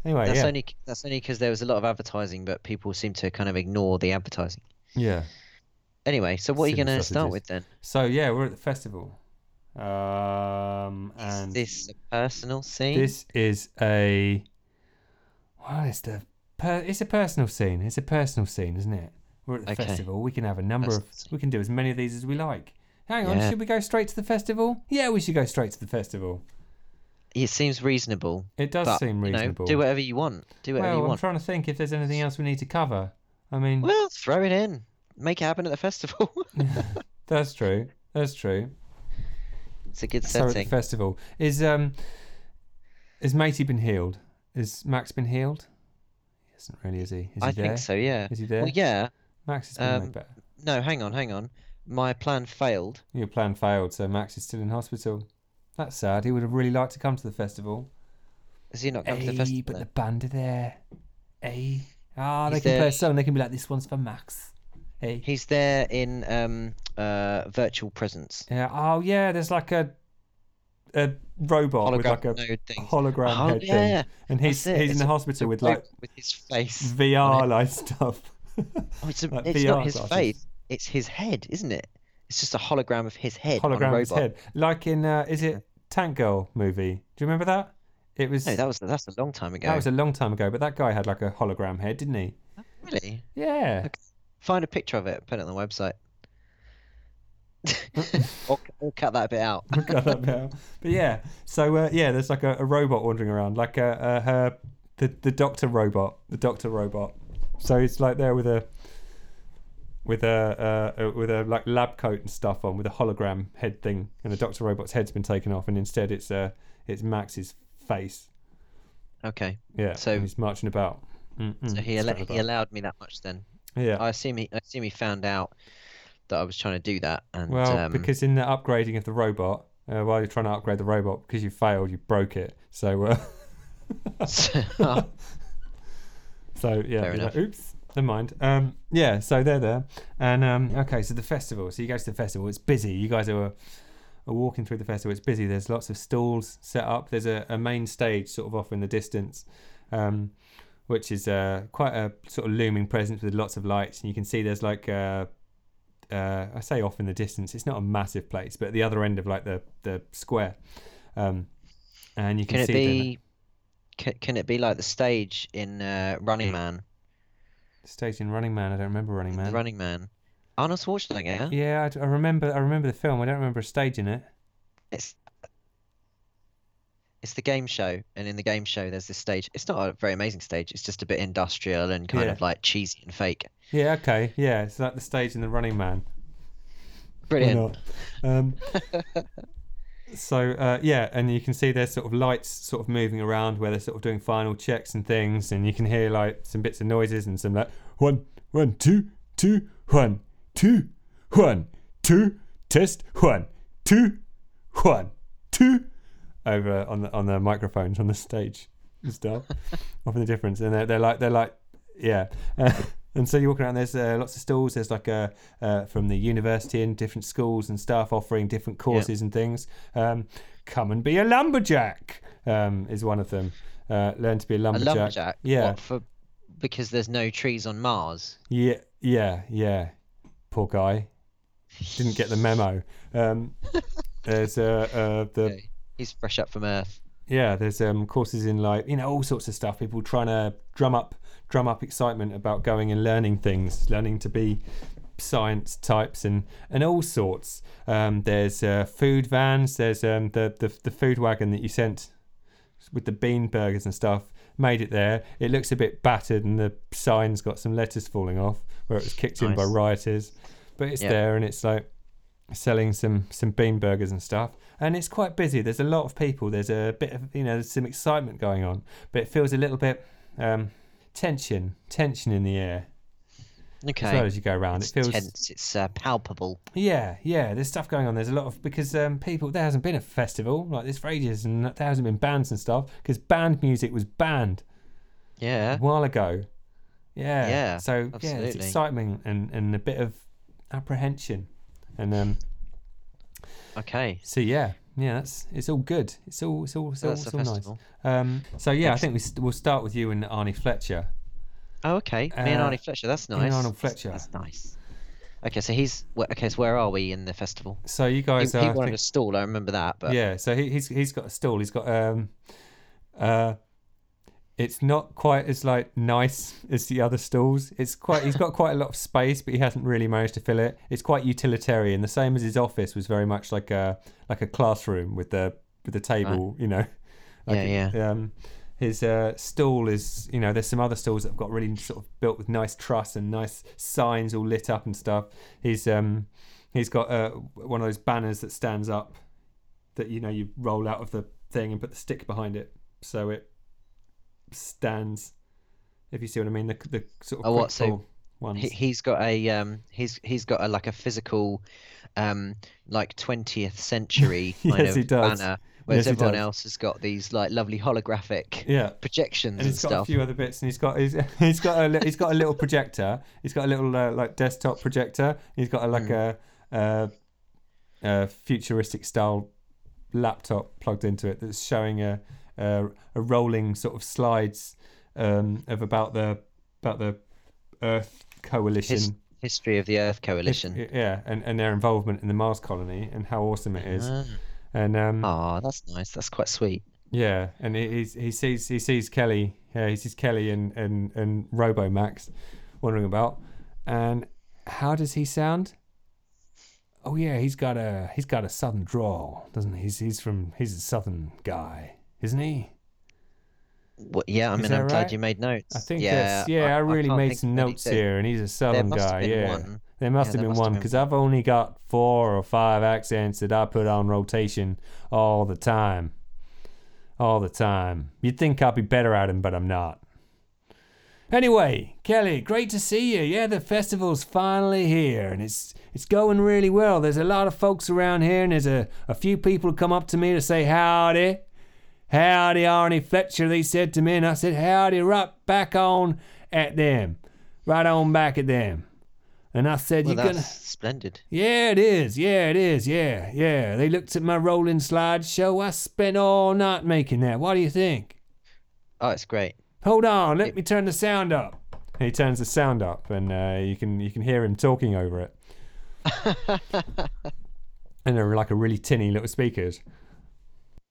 S1: Anyway,
S2: that's
S1: yeah.
S2: only that's only because there was a lot of advertising, but people seem to kind of ignore the advertising.
S1: yeah.
S2: Anyway, so what are you
S1: Silly
S2: going to start
S1: sausages.
S2: with then?
S1: So yeah, we're at the festival, um, and
S2: Is this a personal scene?
S1: This is a. Well, it's the. Per, it's a personal scene. It's a personal scene, isn't it? We're at the
S2: Okay.
S1: festival. We can have a number of.
S2: Personal scene.
S1: We can do as many of these as we like. Hang on,
S2: Yeah.
S1: should we go straight to the festival? Yeah, we should go straight to the festival.
S2: It seems reasonable.
S1: It does
S2: but,
S1: seem
S2: you know,
S1: reasonable.
S2: do whatever you want. Do whatever
S1: well, um,
S2: you
S1: I'm
S2: want.
S1: trying to think if there's anything else we need to cover. I mean,
S2: Well, throw it in. Make it happen at the festival. [LAUGHS]
S1: that's true. That's true.
S2: it's a good
S1: So at the
S2: setting.
S1: festival is um, is Matey been healed? Is Max been healed? He isn't really, is he? Is he
S2: I
S1: there?
S2: think so. Yeah.
S1: Is he there?
S2: Well, yeah.
S1: Max has been
S2: Um,
S1: made better.
S2: No, hang on, hang on. My plan failed.
S1: Your plan failed, so Max is still in hospital. That's sad. He would have really liked to come to the festival.
S2: Is he not come to the
S1: Hey,
S2: festival?
S1: but the
S2: then?
S1: band are there. Hey. Ah, they
S2: He's
S1: can play
S2: there.
S1: a song. They can be like, this one's for Max. Hey.
S2: He's there in um uh virtual presence.
S1: Yeah. Oh, yeah, there's like a a robot Oh, with
S2: Hologram
S1: like a
S2: node thing.
S1: hologram
S2: Oh,
S1: head
S2: yeah.
S1: thing. And he's,
S2: it.
S1: he's in
S2: It's
S1: the
S2: a-
S1: hospital with
S2: Like,
S1: like
S2: with his face. on [LAUGHS]
S1: VR
S2: it.
S1: like stuff. [LAUGHS]
S2: Oh, it's a,
S1: like
S2: it's
S1: VR
S2: not his
S1: glasses.
S2: face. It's his head, isn't it? It's just a hologram of his head on a
S1: hologram of
S2: robot.
S1: his head. Like in, uh, is it Tank Girl movie? Do you remember that? It was,
S2: No, that was that's a long time ago.
S1: that was a long time ago, but that guy had like a hologram head, didn't he?
S2: Really?
S1: Yeah.
S2: [LAUGHS]
S1: [LAUGHS]
S2: Find a picture of it, put it on the website. or, or cut that
S1: [LAUGHS]
S2: bit out.
S1: Look at that now. But yeah, so uh, yeah, there's like a, a robot wandering around, like a, uh her the the doctor robot, the doctor robot. So it's like there with a with a uh, uh, with a like lab coat and stuff on, with a hologram head thing, and the doctor robot's head's been taken off, and instead it's uh it's Max's face.
S2: Okay.
S1: Yeah.
S2: So-
S1: he's marching about. Mm-mm,
S2: So he,
S1: he's
S2: al-
S1: marching
S2: he
S1: about.
S2: allowed me that much then.
S1: yeah.
S2: I assume he I assume he found out that I was trying to do that and
S1: Well,
S2: um, [LAUGHS]
S1: because in the upgrading of the robot, uh, while you're trying to upgrade the robot, because you failed, you broke it. So, uh, [LAUGHS]
S2: [LAUGHS] oh,
S1: so yeah.
S2: Fair
S1: he's like,
S2: enough.
S1: Oops. Never mind. Um, yeah. So they're there, and um, okay. So the festival. So you go to the festival. It's busy. You guys are, are walking through the festival. It's busy. There's lots of stalls set up. There's a, a main stage sort of off in the distance. Um, which is uh, quite a sort of looming presence with lots of lights, and you can see there's like uh, uh, I say off in the distance. It's not a massive place, but at the other end of like the the square, um, and you can,
S2: can it
S1: see uh, the
S2: be can, can it be like the stage in uh, Running Man?
S1: stage in Running Man. I don't remember Running
S2: The
S1: Man.
S2: Running Man. Arnold Schwarzenegger.
S1: Yeah, I d- I, remember. I remember the film. I don't remember a stage in it.
S2: It's it's the game show, and in the game show, there's this stage. It's not a very amazing stage. It's just a bit industrial and kind
S1: Yeah.
S2: of like cheesy and fake.
S1: Yeah, okay, yeah, it's like the stage in the Running Man. Why
S2: Brilliant.
S1: not? Um, [LAUGHS] so uh, yeah, and you can see there's sort of lights sort of moving around where they're sort of doing final checks and things, and you can hear like some bits of noises and some like one, one, two, two, one, two, one, two, test one, two, one, two, over on the on the microphones on the stage and
S2: [LAUGHS]
S1: stuff, often the difference, and they're, they're like they're like yeah. [LAUGHS] And so you're walking around. There's uh, lots of stalls. There's like uh, uh, from the university and different schools and stuff offering different courses and things. Um, come and be a lumberjack um, is one of them. Uh, learn to be a
S2: A
S1: lumberjack.
S2: lumberjack.
S1: Yeah,
S2: What, for because there's no trees on Mars.
S1: yeah, yeah, yeah. Poor guy didn't get the memo.
S2: [LAUGHS]
S1: Um, there's uh, uh, the
S2: Yeah, He's fresh up from Earth.
S1: yeah there's um courses in like you know all sorts of stuff people trying to drum up drum up excitement about going and learning things learning to be science types and and all sorts um there's uh, food vans there's um the, the the food wagon that you sent with the bean burgers and stuff made it there it looks a bit battered and the sign's got some letters falling off where it was kicked in by
S2: Nice.
S1: rioters but it's
S2: Yeah.
S1: there and it's like selling some some bean burgers and stuff and it's quite busy there's a lot of people there's a bit of you know there's some excitement going on but it feels a little bit um tension tension in the air
S2: Okay.
S1: as well as you go around
S2: it's
S1: it feels
S2: tense. It's uh, palpable.
S1: yeah yeah there's stuff going on there's a lot of because um people there hasn't been a festival like this for ages and there hasn't been bands and stuff because band music was banned
S2: Yeah.
S1: a while ago yeah
S2: Yeah,
S1: so yeah it's
S2: absolutely.
S1: excitement and and a bit of apprehension and um
S2: Okay.
S1: So yeah, yeah, that's it's all good. It's all it's all it's
S2: So
S1: all,
S2: that's
S1: it's
S2: the
S1: all nice.
S2: festival.
S1: Um, so yeah, I think we st- we'll start with you and Arnie Fletcher.
S2: Oh, okay. Me and
S1: Uh,
S2: Arnie Fletcher. That's
S1: and
S2: nice.
S1: Arnold
S2: That's-
S1: Fletcher.
S2: That's nice. Okay, so he's wh- okay. So where are we in the festival?
S1: Oh, So you
S2: He,
S1: guys
S2: he
S1: are I
S2: wanted
S1: think-
S2: a stall. I remember that. But
S1: yeah. So he, he's he's got a stall. He's got um, uh, it's not quite as like nice as the other stalls. It's quite he's got quite a lot of space, but he hasn't really managed to fill it. It's quite utilitarian. The same as his office was very much like a like a classroom with the with the table, you know.
S2: Yeah,
S1: yeah. Um, his uh, stall is, you know, there's some other stalls that have got really sort of built with nice truss and nice signs all lit up and stuff. He's um, he's got uh, one of those banners that stands up, that you know you roll out of the thing and put the stick behind it, so it stands. If you see what I mean, the the sort of
S2: Oh, what,
S1: quick
S2: so
S1: pull ones.
S2: he, he's got a um, he's he's got a like a physical, um, like
S1: [LAUGHS]
S2: twentieth century kind
S1: Yes,
S2: of
S1: he does.
S2: banner,
S1: Yes,
S2: whereas
S1: he
S2: everyone
S1: does.
S2: else has got these like lovely holographic
S1: [LAUGHS] yeah.
S2: projections and,
S1: and he's got a
S2: stuff.
S1: few other bits, and he's got he's, [LAUGHS] he's got a li- he's got a little projector. He's got a little uh, like desktop projector. He's got a,
S2: Hmm.
S1: like a, uh uh futuristic style laptop plugged into it that's showing a a, a rolling sort of slides um, of about the about the Earth coalition.
S2: His History of the Earth Coalition.
S1: yeah, and, and their involvement in the Mars colony and how awesome it is. And um,
S2: Uh-huh. Oh, that's nice. That's quite sweet.
S1: yeah, and he he's, he sees he sees Kelly. Yeah, he sees Kelly and and and Robo Max wandering about. And how does he sound? Oh yeah, he's got a he's got a southern drawl, doesn't he? He's he's from he's a southern guy, isn't he?
S2: Wha- yeah, I
S1: Is
S2: mean,
S1: that
S2: I'm glad
S1: right?
S2: you made notes.
S1: I think
S2: yeah,
S1: that's yeah. I, really
S2: can't
S1: made
S2: think
S1: some
S2: of any
S1: notes
S2: that-
S1: here, and he's a
S2: There
S1: southern
S2: must
S1: guy.
S2: have been
S1: yeah,
S2: one.
S1: there must
S2: Yeah,
S1: have
S2: there
S1: been
S2: must have
S1: one
S2: been
S1: because I've only got four or five accents that I put on rotation all the time.
S3: all the time. You'd think I'd be better at him, but I'm not. Anyway, Kelly, great to see you. Yeah, the festival's finally here and it's it's going really well. There's a lot of folks around here and there's a, a few people come up to me to say howdy. Howdy, Arnie Fletcher, they said to me, and I said, Howdy, right back on at them. Right on back at them. And I said,
S2: Well,
S3: You're
S2: that's
S3: gonna
S2: splendid.
S3: yeah, it is. Yeah, it is. Yeah, yeah. They looked at my rolling slideshow. I spent all night making that. What do you think?
S2: Oh, it's great.
S3: Hold on. Let me turn the sound up. He turns the sound up, and uh, you can you can hear him talking over it. and they're like a really tinny little speakers.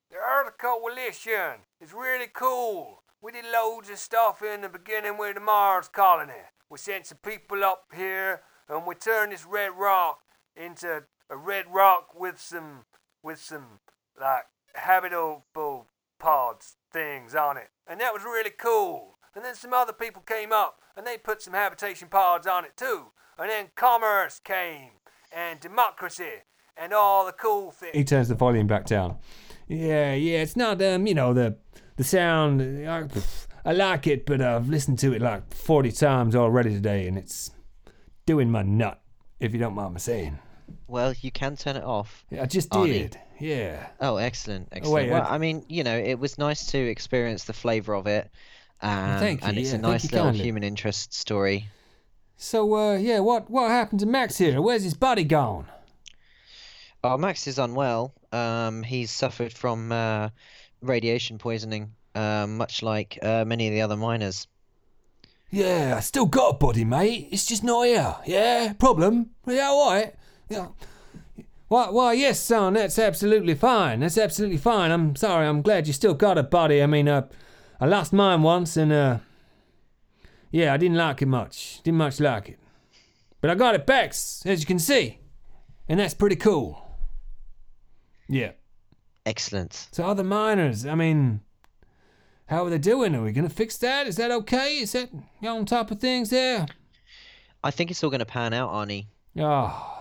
S3: The Earth Coalition is really cool. We did loads of stuff in the beginning with the Mars colony. We sent some people up here and we turned this red rock into a red rock with some with some like habitable pods things on it. And that was really cool. And then some other people came up and they put some habitation pods on it too. And then commerce came and democracy and all the cool things. He turns the volume back down. Yeah, yeah, it's not um, you know, the the sound. I, pff, I like it, but I've listened to it like forty times already today, and it's doing my nut. If you don't mind me saying,
S2: Well, you can turn it off.
S3: I just
S2: Arnie.
S3: did. Yeah,
S2: Oh, excellent, excellent.
S3: wait,
S2: well,
S3: I-
S2: I... mean, you know, it was nice to experience the flavour of it, um,
S3: thank you,
S2: and it's
S3: yeah,
S2: a
S3: thank
S2: nice
S3: you
S2: little
S3: kindly.
S2: human interest story.
S3: So, uh, yeah, what what happened to Max here? Where's his body gone?
S2: Oh, Max is unwell. Um, he's suffered from uh, radiation poisoning, uh, much like uh, many of the other miners.
S3: Yeah, I still got a body, mate. It's just not here. Yeah, problem. Yeah, all right. Yeah. Why, why, yes, son, that's absolutely fine. That's absolutely fine. I'm sorry, I'm glad you still got a body. I mean, uh, I lost mine once and, uh, yeah, I didn't like it much. Didn't much like it. But I got it back, s- as you can see. And that's pretty cool. Yeah.
S2: Excellent.
S3: So other miners, I mean, how are they doing? Are we gonna fix that? Is that okay? Is that you on top of things there?
S2: I think it's all going to pan out, Arnie.
S3: Oh,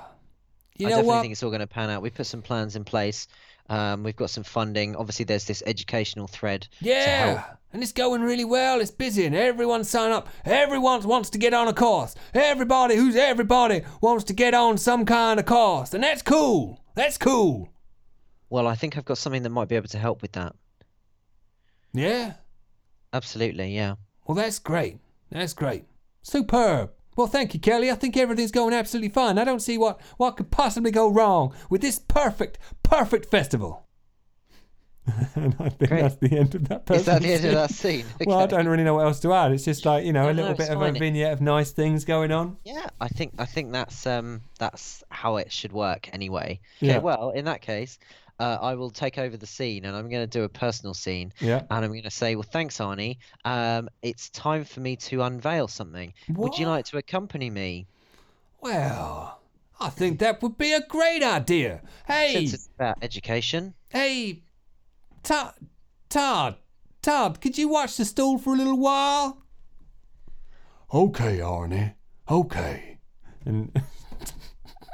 S3: you
S2: I
S3: know
S2: definitely
S3: what?
S2: think it's all going to pan out. We put some plans in place. Um, we've got some funding. Obviously, there's this educational thread.
S3: yeah, and it's going really well. It's busy, and everyone sign up. Everyone wants to get on a course. Everybody who's everybody wants to get on some kind of course, and that's cool. That's cool.
S2: Well, I think I've got something that might be able to help with that.
S3: Yeah.
S2: Absolutely, yeah.
S3: Well, that's great. That's great. Superb. Well, thank you, Kelly. I think everything's going absolutely fine. I don't see what, what could possibly go wrong with this perfect, perfect festival. [LAUGHS] and I think
S2: Great.
S3: that's the end of that person.
S2: Is [LAUGHS] that the end of that scene?
S3: Well, I
S2: Okay.
S3: don't really know what else to add. It's just like, you know,
S2: No,
S3: a
S2: no,
S3: little
S2: it's
S3: bit of
S2: fine.
S3: a vignette of nice things going on.
S2: Yeah, I think I think that's um that's how it should work anyway.
S3: Yeah.
S2: Okay, well, in that case, uh, I will take over the scene and I'm going to do a personal scene [LAUGHS]
S3: Yeah.
S2: and I'm going to say, well, thanks, Arnie. Um, it's time for me to unveil something. Would you
S3: What?
S2: like to accompany me?
S3: Well, I think that would be a great idea. Hey,
S2: Since it's about education.
S3: hey, Todd, Todd, Todd, could you watch the stool for a little while? Okay, Arnie. Okay. And [LAUGHS]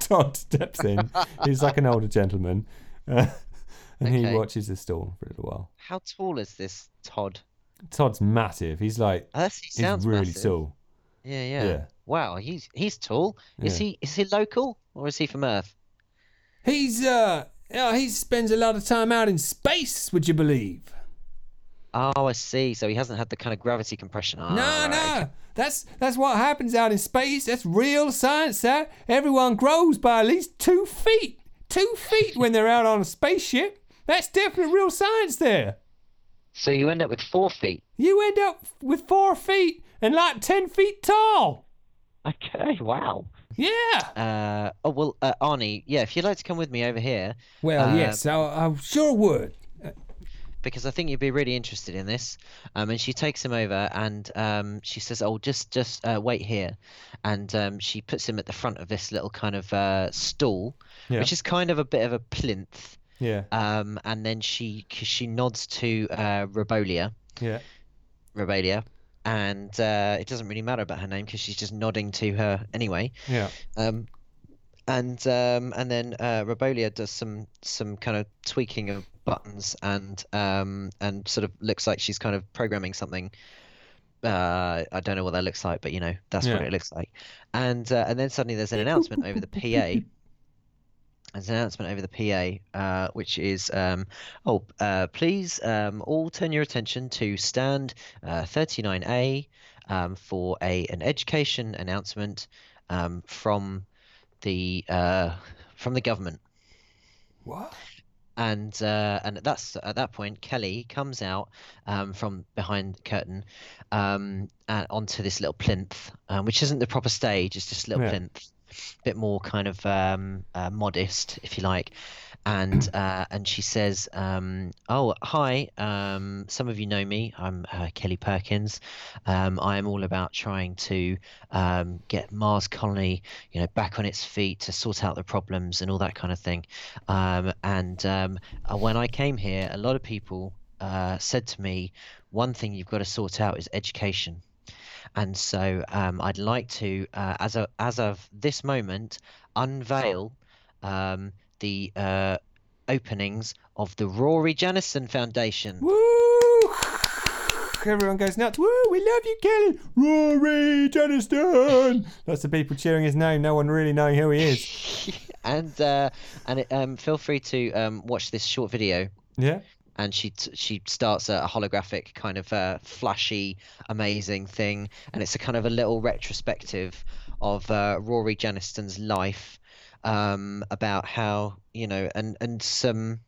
S3: Todd steps in. He's like an older gentleman, uh, and he
S2: Okay.
S3: watches the stool for a little while.
S2: How tall is this Todd?
S3: Todd's massive. He's like
S2: That's he
S3: he's
S2: sounds
S3: really
S2: massive.
S3: tall.
S2: Yeah, yeah,
S3: Yeah.
S2: Wow, he's he's tall. Is
S3: Yeah.
S2: he is he local or is he from Earth?
S3: He's uh, yeah, he spends a lot of time out in space. Would you believe?
S2: Oh, I see. So he hasn't had the kind of gravity compression. Ah,
S3: No,
S2: right, okay.
S3: no. That's that's what happens out in space. That's real science, sir. Everyone grows by at least two feet. Two feet when they're out on a spaceship. That's definitely real science there.
S2: So you end up with four feet.
S3: You end up with four feet and like ten feet tall.
S2: Okay, wow.
S3: Yeah.
S2: Uh, oh well, uh, Arnie, yeah, if you'd like to come with me over here,
S3: Well,
S2: Uh,
S3: yes, I, I sure would.
S2: because I think you'd be really interested in this. Um, and she takes him over, and um, she says, "Oh, just just uh, wait here," and um, she puts him at the front of this little kind of uh, stool,
S3: Yeah.
S2: which is kind of a bit of a plinth.
S3: Yeah.
S2: Um, and then she 'cause she nods to uh, Robolia,
S3: Yeah.
S2: Robolia, and uh, it doesn't really matter about her name because she's just nodding to her anyway.
S3: Yeah.
S2: Um, and um, and then uh, Robolia does some some kind of tweaking of buttons and um and sort of looks like she's kind of programming something. Uh, I don't know what that looks like, but you know that's what
S4: Yeah.
S2: it looks like. And uh, and then suddenly there's an announcement over the PA. There's an announcement over the PA, uh, which is, um, oh, uh, please um, all turn your attention to stand uh, 39A um, for a an education announcement um, from the uh, from the government.
S1: What?
S2: And uh, and at that's at that point, Kelly comes out um, from behind the curtain um, and onto this little plinth, um, which isn't the proper stage; it's just a little
S1: Yeah.
S2: plinth, a bit more kind of um, uh, modest, if you like. And uh, and she says, um, "Oh, hi. Um, some of you know me. I'm uh, Kelly Perkins. Um, I am all about trying to um, get Mars colony, you know, back on its feet to sort out the problems and all that kind of thing. Um, and um, uh, when I came here, a lot of people uh, said to me, one thing you've got to sort out is education. And so um, I'd like to, uh, as of as of this moment, unveil um, the uh, openings of the Rory Janison Foundation.
S1: Woo! Everyone goes nuts. Woo! We love you, Kelly. Rory Janiston. Lots of people cheering his name. No one really knowing who he is.
S2: [LAUGHS] and uh, and it, um, feel free to um, watch this short video.
S1: Yeah.
S2: And she t- she starts a holographic kind of uh, flashy, amazing thing, and it's a kind of a little retrospective of uh, Rory Janiston's life um, about how you know and and some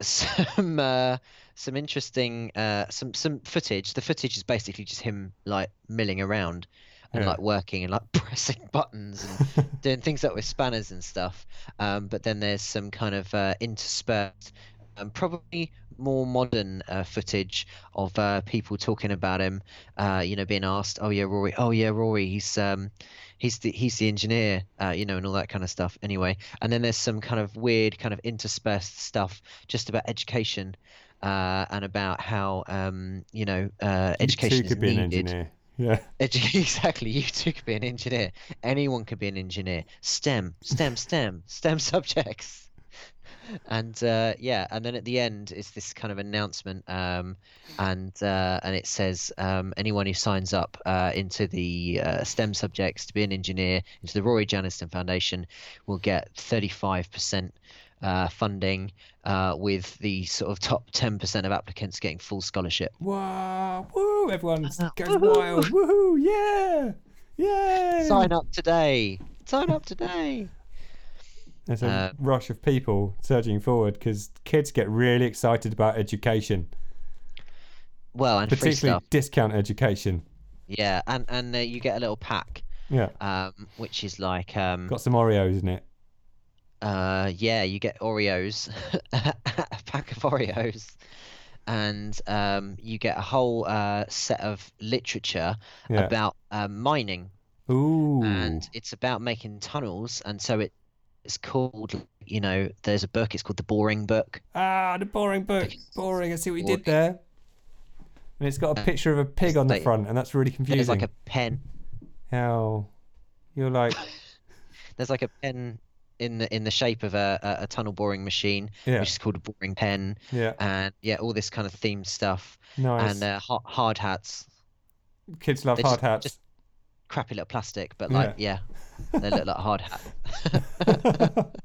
S2: some uh, some interesting uh, some some footage. The footage is basically just him like milling around and
S1: Yeah.
S2: like working and like [LAUGHS] pressing buttons
S1: [LAUGHS]
S2: and doing things like with spanners and stuff. Um, but then there's some kind of uh, interspersed, um, probably more modern uh, footage of uh, people talking about him. Uh, you know, being asked, "Oh yeah, Rory. Oh yeah, Rory. He's um, he's the he's the engineer. Uh, you know, and all that kind of stuff." Anyway, and then there's some kind of weird kind of interspersed stuff just about education. Uh, and about how um, you know uh, education
S1: Two
S2: is
S1: could be an
S2: needed.
S1: engineer. Yeah.
S2: Edu- [LAUGHS] Exactly. You too could be an engineer. Anyone could be an engineer. STEM, STEM, STEM, STEM subjects. And uh, yeah, and then at the end is this kind of announcement, um, and uh, and it says um, anyone who signs up uh, into the uh, STEM subjects to be an engineer into the Rory Janiston Foundation will get thirty five percent funding, uh, with the sort of top ten percent of applicants getting full scholarship.
S1: Wow. Woo! Everyone
S2: Uh,
S1: goes
S2: woohoo.
S1: wild. Woohoo! Yeah. Yay!
S2: Sign up today. Sign up today.
S1: There's a
S2: Uh,
S1: rush of people surging forward because kids get really excited about education,
S2: Well, and free
S1: particularly
S2: stuff.
S1: discount education.
S2: Yeah, and and uh, you get a little pack,
S1: Yeah.
S2: um, which is like, um,
S1: Got some Oreos in it.
S2: uh, yeah, you get Oreos, [LAUGHS] a pack of Oreos, and um, you get a whole uh, set of literature
S1: Yeah. Hmm.
S2: about uh, mining,
S1: Ooh.
S2: and it's about making tunnels, and so it it's called, you know, there's a book. It's called the Boring Book.
S1: Ah, the boring book. Boring. I see what you did there. And it's got a picture of a pig on the
S2: Like-
S1: front, and that's really confusing.
S2: There's like a pen.
S1: How you're like,
S2: There's like a pen. In the in the shape of a, a, a tunnel boring machine,
S1: yeah,
S2: which is called a boring pen,
S1: yeah,
S2: and yeah, all this kind of themed stuff.
S1: nice.
S2: and uh, hard, hard hats,
S1: Kids love
S2: they
S1: hard
S2: just-
S1: hats.
S2: just- crappy little plastic, but like yeah, they look like a hard hat.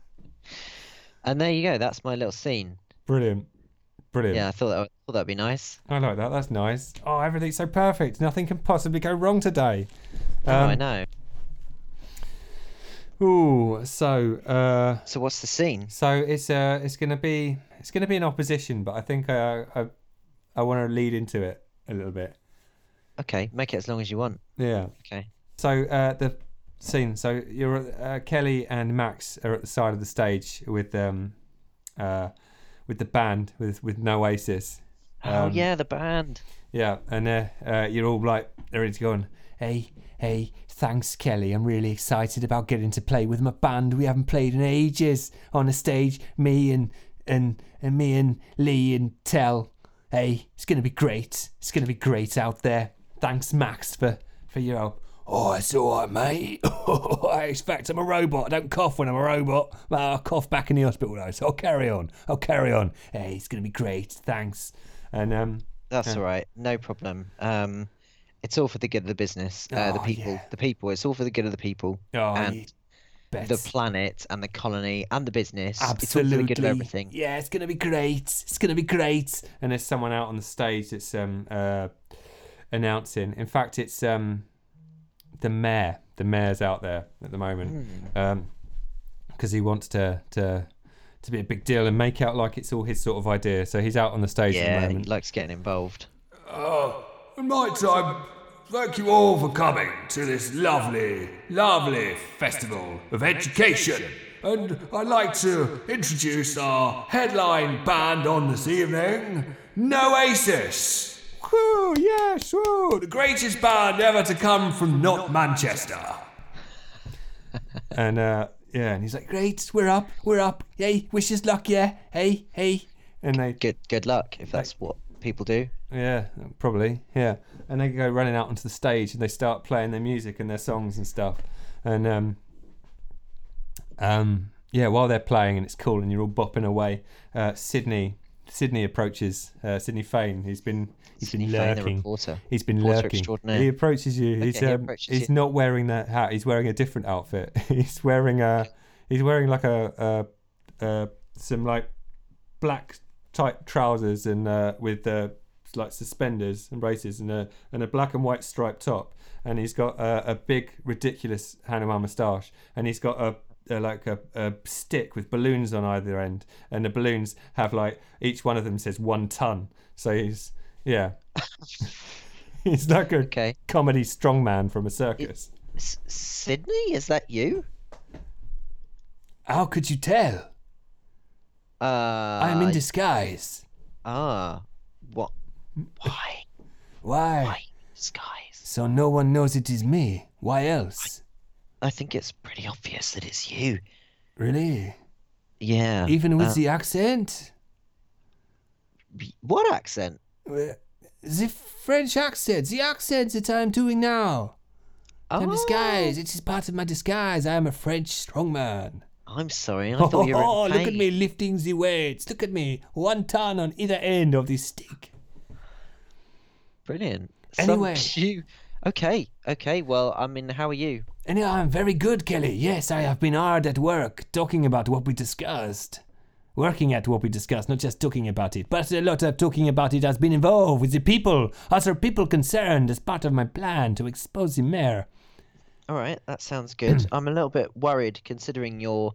S1: [LAUGHS]
S2: and there you go. That's my little scene.
S1: Brilliant, brilliant.
S2: Yeah, I thought that, I thought that'd be nice.
S1: I like that. That's nice. Oh, everything's so perfect. Nothing can possibly go wrong today.
S2: oh, I
S1: Um,
S2: know.
S1: Ooh, so uh,
S2: So what's the scene?
S1: so it's uh, it's gonna be it's gonna be an opposition, but I think uh, I I want to lead into it a little bit.
S2: Okay, make it as long as you want.
S1: Yeah.
S2: Okay.
S1: So uh, the scene. So you're uh, Kelly and Max are at the side of the stage with um, uh, with the band with with Noasis.
S2: oh
S1: Um,
S2: yeah, the band.
S1: Yeah, and uh, uh, you're all like, they're ready to go on. Hey, hey, thanks, Kelly. I'm really excited about getting to play with my band. We haven't played in ages on a stage. Me and and and me and Lee and Tell. Hey, it's gonna be great. It's gonna be great out there. Thanks, Max, for for your help. Oh, it's all right, mate. [LAUGHS] I expect I'm a robot. I don't cough when I'm a robot. But I cough back in the hospital though, so I'll carry on. I'll carry on. Hey, it's gonna be great. Thanks. And um,
S2: That's all right. No problem. Um, it's all for the good of the business, uh, the
S1: Oh,
S2: people,
S1: yeah.
S2: the people. It's all for the good of the people,
S1: oh,
S2: And
S1: you
S2: the
S1: bet.
S2: planet, and the colony, and the business. It's all for
S1: Absolutely.
S2: the good of everything.
S1: Yeah, it's gonna be great. It's gonna be great. And there's someone out on the stage that's um uh announcing. In fact, it's um the mayor. The mayor's out there at the moment
S2: Hmm.
S1: Um 'cause because he wants to to to be a big deal and make out like it's all his sort of idea. So he's out on the stage at
S2: Yeah,
S1: the
S2: he
S1: moment.
S2: likes getting involved.
S3: In my time, thank you all for coming to this lovely, lovely festival of education. And I'd like to introduce our headline band on this evening, Noasis.
S1: Woo, yes, woo.
S3: The greatest band ever to come from not Manchester.
S1: And uh, yeah, and he's like, "Great, we're up, we're up. Hey, wish us luck, yeah. Hey, hey." And they
S2: Good, good luck if that's what people do.
S1: Yeah, probably. Yeah, and they go running out onto the stage and they start playing their music and their songs and stuff, and um, um, yeah, while they're playing and it's cool and you're all bopping away, uh, Sydney, Sydney approaches uh, Sydney Fane. He's been he's
S2: Sydney
S1: been
S2: Fane, the
S1: lurking.
S2: reporter.
S1: He's been
S2: Reporter
S1: lurking.
S2: extraordinaire.
S1: He approaches you. he's
S2: he
S1: um,
S2: approaches
S1: he's
S2: you.
S1: not wearing that hat. He's wearing a different outfit. [LAUGHS] he's wearing a he's wearing like a, a, a some like black tight trousers and uh, with uh, like suspenders and braces and a and a black and white striped top and he's got a, a big ridiculous Hanuman moustache and he's got a, a like a, a stick with balloons on either end and the balloons have like each one of them says one ton so he's yeah [LAUGHS] he's like a
S2: Okay.
S1: comedy strongman from a circus.
S2: S- Sydney, is that you?
S1: How could you tell?
S2: Uh,
S1: I'm in disguise.
S2: Ah, what?
S1: uh,
S2: Why?
S1: Why?
S2: Why? Skies.
S1: So no one knows it is me. Why else?
S2: I think it's pretty obvious that it's you.
S1: Really?
S2: Yeah.
S1: Even with
S2: uh,
S1: the accent?
S2: What accent?
S1: Uh, The French accent, the accent that I'm doing now.
S2: Oh.
S1: I'm disguised. It is part of my disguise. I am a French strongman.
S2: I'm sorry. I thought you were.
S1: oh,
S2: in
S1: [LAUGHS] look at
S2: pain.
S1: me lifting the weights. Look at me. One ton on either end of this stick.
S2: Brilliant.
S1: Anyway.
S2: Some you. [LAUGHS] Okay. Okay. Well, I mean, how are you?
S1: Anyhow, I'm very good, Kelly. Yes, I have been hard at work talking about what we discussed. Working at what we discussed, not just talking about it. But a lot of talking about it has been involved with the people, other people concerned, as part of my plan to expose the mayor.
S2: All right. That
S1: [CLEARS THROAT]
S2: sounds good. I'm a little bit worried considering your,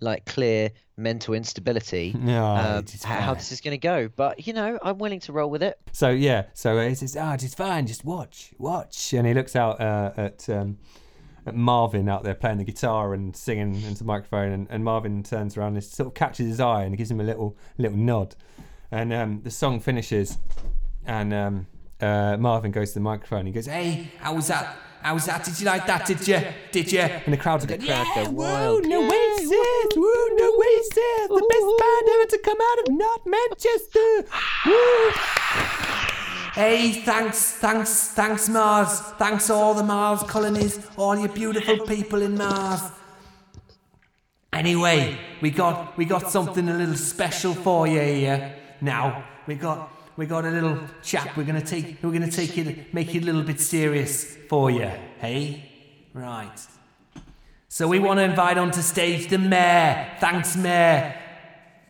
S2: like, clear mental instability.
S1: No, [LAUGHS]
S2: um,
S1: it is
S2: h- how
S1: fine.
S2: this is going to go, but you know, I'm willing to roll with [GASPS] it.
S1: So yeah, so uh, he says, "Ah, it's fine. Just watch, watch." And he looks out uh, at um, at Marvin out there playing the guitar and singing into the microphone, and, and Marvin turns around and sort of catches his eye and gives him a little little nod, and um, the song finishes, and um, uh, Marvin goes to the microphone and he goes, "Hey!"
S3: How was that? How was that? Did you like that? Did you? Did you?
S1: And the crowd's like,
S2: crowd
S1: "Yeah,
S2: go
S1: woo,
S2: wild.
S1: no way, sis, woo, no way, sis, the best band ever to come out of not Manchester, woo!"
S3: Hey, thanks, thanks, thanks, Mars. Thanks, all the Mars colonies, all you beautiful people in Mars. Anyway, we got we got something a little special for you here. Now we got we got a little chat. We're gonna take we're gonna take it make it a little bit serious for you. Hey, right. So we want to invite onto stage the mayor. Thanks, mayor.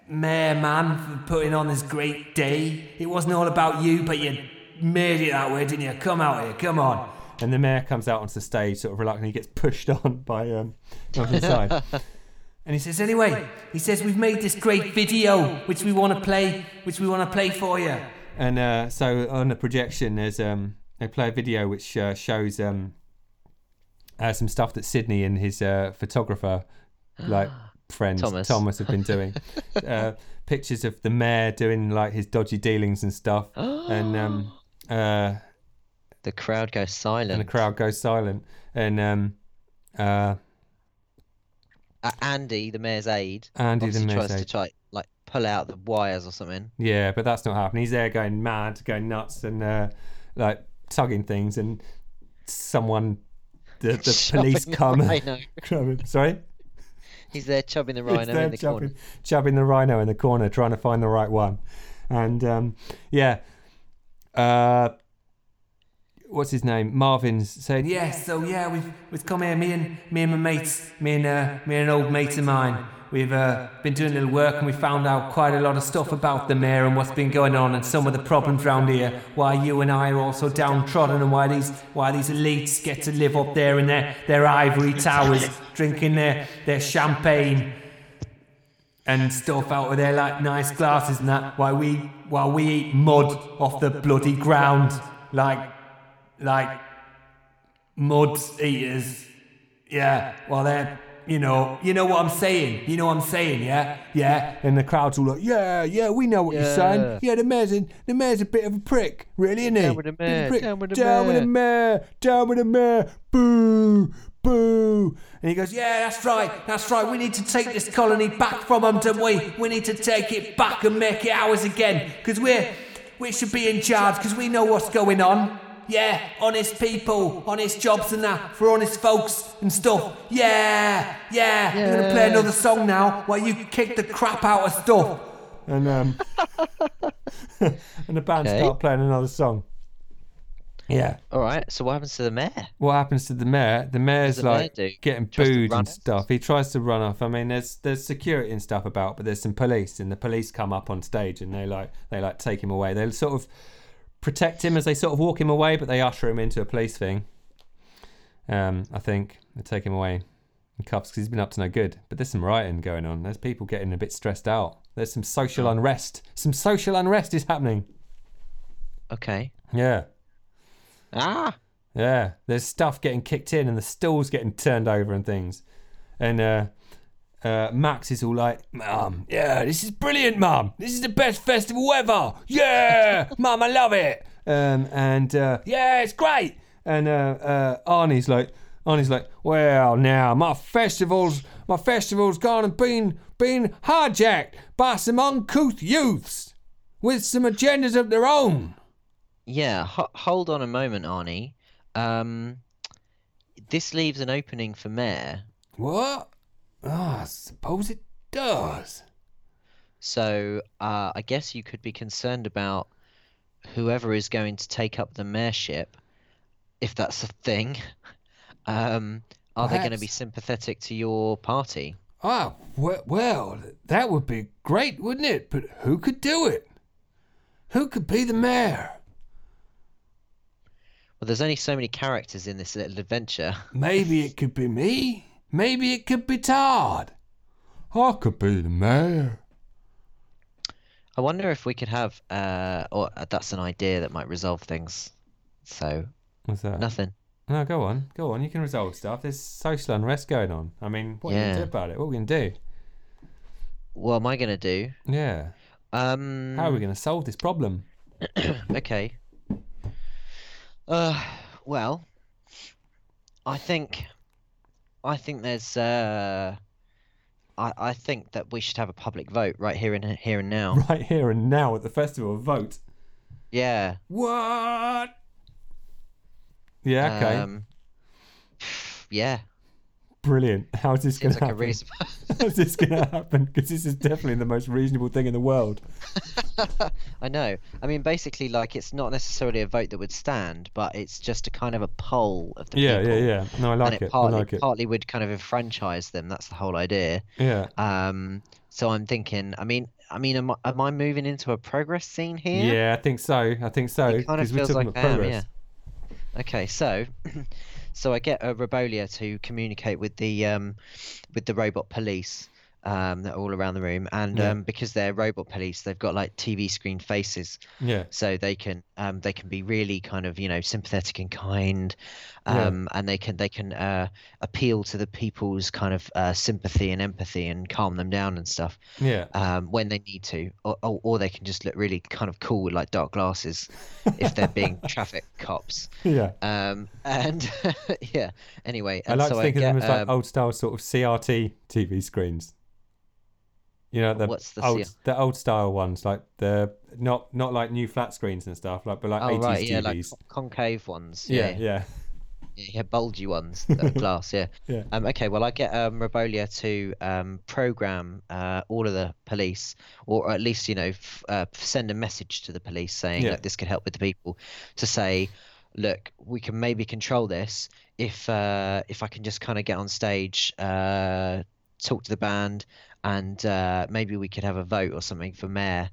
S3: Mayor man for putting on this great day. It wasn't all about you, but you made it that way, didn't you? Come out here, come on.
S1: And the mayor comes out onto the stage, sort of reluctantly he gets pushed [LAUGHS] on by um, Jonathan Side.
S3: And he says, anyway, he says we've made this great video which we want to play, which we want to play for you.
S1: and uh, so on the projection, there's um, they play a video which uh, shows um, uh, some stuff that Sydney and his uh, photographer, like friend
S2: Thomas.
S1: have been
S2: [LAUGHS]
S1: doing. uh, pictures of the mayor doing like his dodgy dealings and
S2: [GASPS]
S1: stuff, and um, uh,
S2: The crowd goes silent.
S1: and the crowd goes silent, and um, uh,
S2: Uh, Andy, the mayor's aide,
S1: Andy, the
S2: obviously
S1: mayor's
S2: tries
S1: aide.
S2: to try like pull out the wires or something.
S1: Yeah, but that's not happening. He's there going mad, going nuts, and uh, like tugging things, and someone the,
S2: [LAUGHS]
S1: the police
S2: Chopping the
S1: come and [LAUGHS]
S2: rhino.
S1: grab him. Sorry?
S2: He's there
S1: [LAUGHS]
S2: chubbing the
S1: It's
S2: rhino
S1: them
S2: in the
S1: chubbing,
S2: corner.
S1: chubbing the rhino in the corner, trying to find the right one. And um, yeah, uh, what's his name? Marvin's saying, "Yeah,
S3: Yeah, so yeah, we've we've come here, me and me and my mates, me and uh, me and an old mate of mine. We've uh, been doing a little work and we found out quite a lot of stuff about the mayor and what's been going on and some of the problems round here. Why you and I are also downtrodden and why these why these elites get to live up there in their, their ivory towers, drinking their, their champagne and stuff out of their like nice glasses and that. Why we while we eat mud off the bloody ground like like mud eaters. Yeah, well, they're, you know, you know what I'm saying. You know what I'm saying, yeah? Yeah.
S1: and the crowd's all like, "Yeah, yeah, we know what you're saying.
S2: Yeah.
S1: Yeah, the mayor's in, the mayor's a bit of a prick, really, isn't he?
S2: Down with the
S1: Bit of a
S2: mayor,
S1: prick.
S2: down with the
S1: down with the mayor, down with the mayor, boo, boo."
S3: And he goes, yeah, that's right, that's right. We need to take this colony back from them, don't we? We need to take it back and make it ours again. Because we're, we should be in charge, because we know what's going on. Yeah, honest people, honest jobs and that, for honest folks and stuff. Yeah, yeah. I'm going to play another song now while you kick the crap out of stuff.
S1: And um, [LAUGHS] and the band
S2: Okay.
S1: start playing another song. Yeah.
S2: All right. So what happens to the mayor?
S1: what happens to the mayor? The mayor's
S2: the mayor
S1: like
S2: do?
S1: getting
S2: Tries to
S1: booed
S2: run
S1: and
S2: off?
S1: stuff. He tries to run off. I mean, there's there's security and stuff about, but there's some police, and the police come up on stage and they like they like take him away. They sort of protect him as they sort of walk him away, but they usher him into a police thing. Um, I think they take him away in cuffs because he's been up to no good. But there's some rioting going on. There's people getting a bit stressed out. There's some social
S2: Hmm.
S1: unrest. Some social unrest is happening.
S2: Okay.
S1: Yeah.
S2: Ah.
S1: Yeah, there's stuff getting kicked in and the stools getting turned over and things. And uh, uh, Max is all like, Mum, yeah, this is brilliant, Mum. This is the best festival ever. Yeah, [LAUGHS] Mum, I love it. Um, and uh, yeah, it's great. And uh, uh, Arnie's like, Arnie's like, well, now my festival's my festival's gone and been been hijacked by some uncouth youths with some agendas of their own.
S2: Yeah. Ho- hold on a moment, Arnie. Um, this leaves an opening for mayor.
S1: What? Oh, I suppose it does.
S2: So uh, I guess you could be concerned about whoever is going to take up the mayorship, if that's a thing. [LAUGHS] Um, are they going to be
S1: Perhaps.
S2: sympathetic to your party?
S1: Ah, well, well, that would be great, wouldn't it? But who could do it? Who could be the mayor?
S2: Well, there's only so many characters in this little adventure. [LAUGHS]
S1: Maybe it could be me. Maybe it could be Todd. I could be the mayor.
S2: I wonder if we could have, uh, or uh, that's an idea that might resolve things. So
S1: What's that?
S2: nothing.
S1: No, go on, go on. You can resolve stuff. There's social unrest going on. I mean, what are you
S2: Yeah.
S1: gonna do about it? What are we gonna do?
S2: What am I gonna do?
S1: Yeah.
S2: Um,
S1: How are we gonna solve this problem? [LAUGHS]
S2: okay. Uh, well, I think, I think there's, uh, I I think that we should have a public vote right here and here and now.
S1: Right here and now at the festival, vote.
S2: Yeah.
S1: What? Yeah. Okay.
S2: Um, yeah.
S1: Brilliant. How's this going
S2: Seems
S1: to
S2: like a
S1: happen?
S2: reasonable.
S1: [LAUGHS] How's this going to happen? Because this is definitely the most reasonable thing in the world.
S2: [LAUGHS] I know. I mean, basically, like it's not necessarily a vote that would stand, but it's just a kind of a poll of the people.
S1: yeah. No, I
S2: And
S1: like
S2: it
S1: it. I
S2: partly
S1: like it.
S2: partly would kind of enfranchise them. That's the whole idea.
S1: Yeah.
S2: Um, so I'm thinking. I mean, I mean, am I, am I moving into a progress scene here?
S1: Yeah, I think so. I think so.
S2: It kind of
S1: 'cause we're
S2: feels
S1: talking
S2: like I
S1: about
S2: am. Yeah.
S1: progress.
S2: Okay, so, [CLEARS THROAT] so I get a Robolia to communicate with the um, with the robot police. Um, that are all around the room, and
S1: Yeah.
S2: um, because they're robot police, they've got like TV screen faces
S1: Yeah.
S2: so they can um, they can be really kind of you know sympathetic and kind
S1: Yeah.
S2: um, and they can they can uh, appeal to the people's kind of uh, sympathy and empathy and calm them down and stuff
S1: Yeah.
S2: um, when they need to or, or, or they can just look really kind of cool with like dark glasses if they're being
S1: [LAUGHS]
S2: traffic cops
S1: [LAUGHS] Yeah.
S2: um, and [LAUGHS] yeah anyway
S1: I
S2: and
S1: like
S2: so
S1: to think
S2: I
S1: of
S2: get,
S1: them as like
S2: um,
S1: old style sort of CRT TV screens. You know the
S2: What's the
S1: old
S2: CR?
S1: the old style ones like the not not like new flat screens and stuff like but like
S2: oh
S1: 80s
S2: right
S1: TVs.
S2: yeah like con- concave ones
S1: yeah, yeah.
S2: yeah, bulgy ones
S1: [LAUGHS]
S2: that are glass. Yeah.
S1: Yeah.
S2: Um, okay. Well, I get um, Robolia to um, program uh, all of the police, or at least you know, f- uh, send a message to the police saying
S1: Yeah.
S2: that this could help with the people, to say, look, we can maybe control this if uh, if I can just kind of get on stage, uh, talk to the band, and uh, maybe we could have a vote or something for mayor.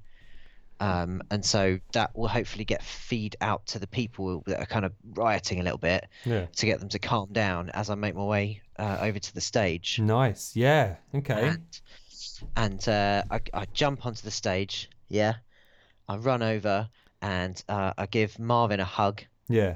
S2: Um, and so that will hopefully get feed out to the people that are kind of rioting a little bit
S1: Yeah.
S2: to get them to calm down as I make my way uh, over to the
S1: Mm.
S2: stage.
S1: Nice. Yeah. Okay.
S2: And, and uh, I, I jump onto the stage, yeah. I run over and uh, I give Marvin a hug.
S1: Yeah.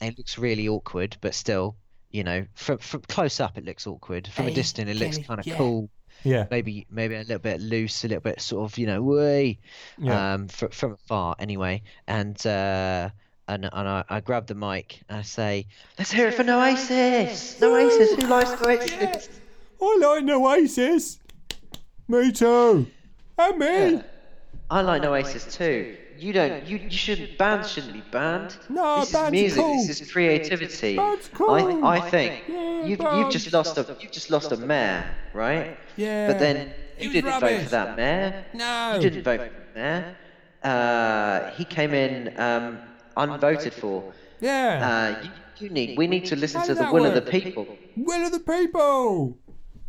S2: It looks really awkward, but still, you know, from, from close up it looks awkward. From a distance it looks kind of cool,
S1: Yeah.
S2: maybe maybe a little bit loose, a little bit sort of, you know, way
S1: Yeah.
S2: um, fr- from afar anyway. And uh, and, and I, I grab the mic and I say, "Let's hear it for Noasis! Noasis, who likes Noasis?"
S1: I like Oasis. Me too. And me.
S2: I like Noasis too. You don't. You, you shouldn't. Bands shouldn't be banned.
S1: No,
S2: this
S1: bands
S2: is
S1: are
S2: music.
S1: cool.
S2: This is creativity.
S1: Bands cool.
S2: I, I think
S1: Yeah,
S2: you've, you've
S1: bands.
S2: just lost a you've just lost a mayor, right?
S1: Yeah.
S2: But then you
S1: was
S2: didn't vote
S1: rubbish.
S2: for that mayor.
S1: No.
S2: You didn't vote for the mayor. Uh, he came in um, unvoted for.
S1: Yeah.
S2: Uh, you, you need. We need to listen
S1: How
S2: to
S1: does
S2: the
S1: that
S2: will of the
S1: work?
S2: people.
S1: Will of the people.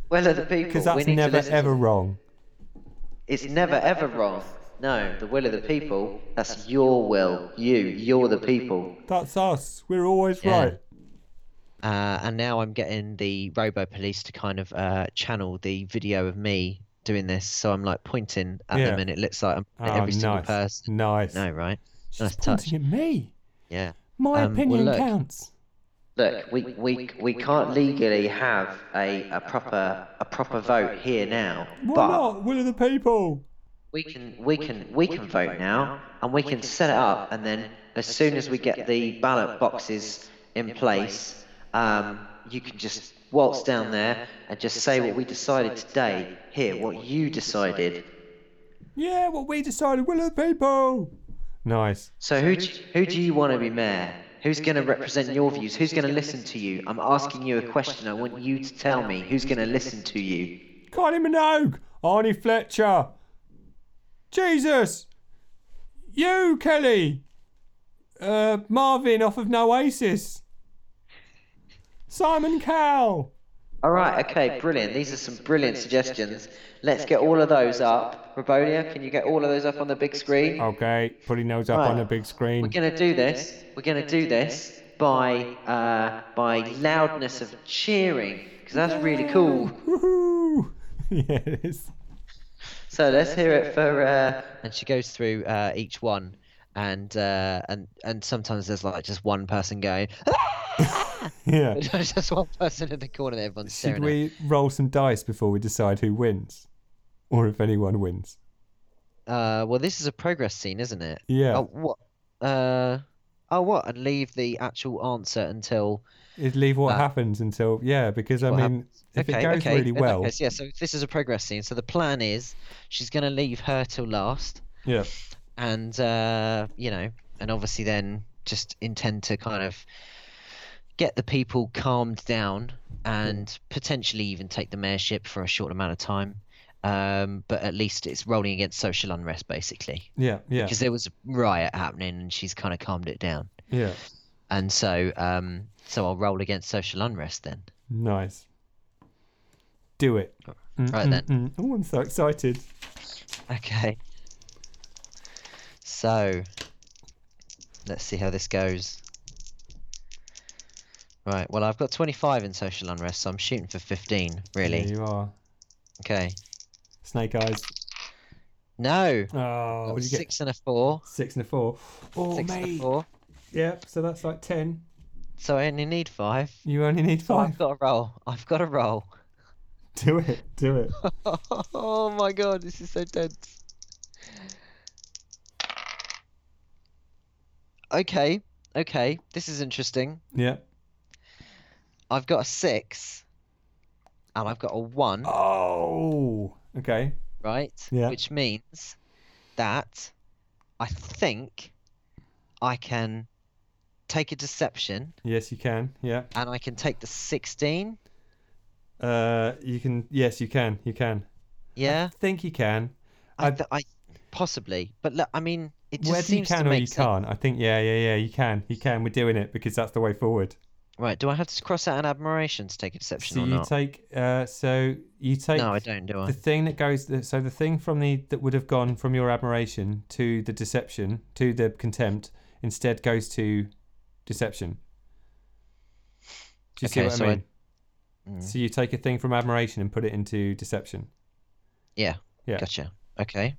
S2: Will of the people.
S1: Because
S2: we
S1: that's
S2: need to
S1: never
S2: listen to
S1: ever wrong.
S2: It's, never, ever wrong. No, the will of the people. That's your will. You, you're the people.
S1: That's us. We're always
S2: Yeah.
S1: right.
S2: Uh, and now I'm getting the robo police to kind of uh, channel the video of me doing this. So I'm like pointing at
S1: Yeah.
S2: them, and it looks like I'm at
S1: Oh,
S2: every single
S1: nice.
S2: person.
S1: Nice.
S2: No, right?
S1: She's
S2: nice touch.
S1: pointing at me.
S2: Yeah.
S1: My
S2: Um, well,
S1: opinion
S2: look.
S1: counts.
S2: Look, we, we, we can't legally have a, a proper a proper vote here now,
S1: Why
S2: but
S1: not? Will of the people.
S2: we can we can we can vote now, and we can set it up, and then as soon as we get the ballot boxes in place, um, you can just waltz down there and just say what we decided today. Here, what you decided.
S1: Yeah, what we decided. Will of the people. Nice.
S2: So who do, who do you want to be mayor? Who's going to represent your views? Who's going to listen to you? I'm asking you a question. I want you to tell me who's going to listen to you.
S1: Kylie Minogue. Arnie Fletcher. Jesus. You, Kelly. Uh, Marvin off of Noasis. Simon Cowell.
S2: All right, okay, brilliant. These are some brilliant suggestions. Let's get all of those up. Robolia, can you get all of those up on the big screen?
S1: Okay, putting those up
S2: Right.
S1: on a big
S2: We're
S1: screen.
S2: gonna do this. We're gonna do this by uh, by loudness of cheering because that's really cool.
S1: Woohoo! [LAUGHS] yeah, it is.
S2: So let's hear it for. Uh... And she goes through uh, each one, and uh, and and sometimes there's like just one person going. [LAUGHS]
S1: Yeah.
S2: There's just one person in the corner that everyone's
S1: Should
S2: staring at.
S1: we roll some dice before we decide who wins? Or if anyone wins?
S2: Uh, well, this is a progress scene, isn't it?
S1: Yeah.
S2: Oh, what? Uh, oh, what? And leave the actual answer until.
S1: It'd leave what
S2: Uh,
S1: happens until, yeah, because I
S2: what
S1: mean, if
S2: okay,
S1: it goes
S2: okay.
S1: really
S2: in that
S1: well,
S2: case, yeah, so this is a progress scene. So the plan is she's going to leave her till last.
S1: yeah,
S2: And, uh, you know, and obviously then just intend to kind of get the people calmed down and potentially even take the mayorship for a short amount of time. Um, but at least it's rolling against social unrest, basically.
S1: yeah, yeah,
S2: because there was a riot happening and she's kind of calmed it down.
S1: yeah.
S2: And so, um, so I'll roll against social unrest then.
S1: Nice. Do it.
S2: Right then.
S1: Oh, I'm so excited.
S2: [LAUGHS] Okay. So, let's see how this goes. Right. Well, I've got 25 in social unrest, so I'm shooting for 15, really.
S1: There you are.
S2: Okay.
S1: Snake eyes.
S2: No.
S1: Oh,
S2: Got
S1: what did you get?
S2: six and a four.
S1: Six and a four. Oh,
S2: Six and a
S1: mate.
S2: four.
S1: Yep, so that's like ten.
S2: So I only need five.
S1: You only need
S2: So I've
S1: five. [LAUGHS]
S2: got a roll. I've got a roll. [LAUGHS]
S1: Do it. Do it.
S2: oh my god, this is so tense. Okay, okay, this is interesting.
S1: Yep.
S2: I've got a six, and I've got a one,
S1: Oh. Okay.
S2: right?
S1: yeah.
S2: Which means that I think I can take a deception,
S1: Yes, you can. Yeah.
S2: and I can take the sixteen.
S1: Uh, you can. Yes, you can. You can.
S2: Yeah,
S1: think you can.
S2: I,
S1: I-
S2: th- I possibly, but look, I mean, it just
S1: Whether you
S2: seems
S1: can
S2: to
S1: or
S2: make
S1: you
S2: sense.
S1: can't, I think. Yeah, yeah, yeah. You can. You can. We're doing it because that's the way forward.
S2: Right? Do I have to cross out an admiration to take a deception
S1: So
S2: or
S1: you
S2: not?
S1: take. Uh, so you take.
S2: No, I don't. Do I?
S1: The thing that goes. So the thing from the that would have gone from your admiration to the deception to the contempt instead goes to deception. Do you see
S2: Okay,
S1: what
S2: so
S1: I
S2: I-
S1: mean?
S2: Mm.
S1: So you take a thing from admiration and put it into deception.
S2: Yeah.
S1: Yeah.
S2: Gotcha. Okay.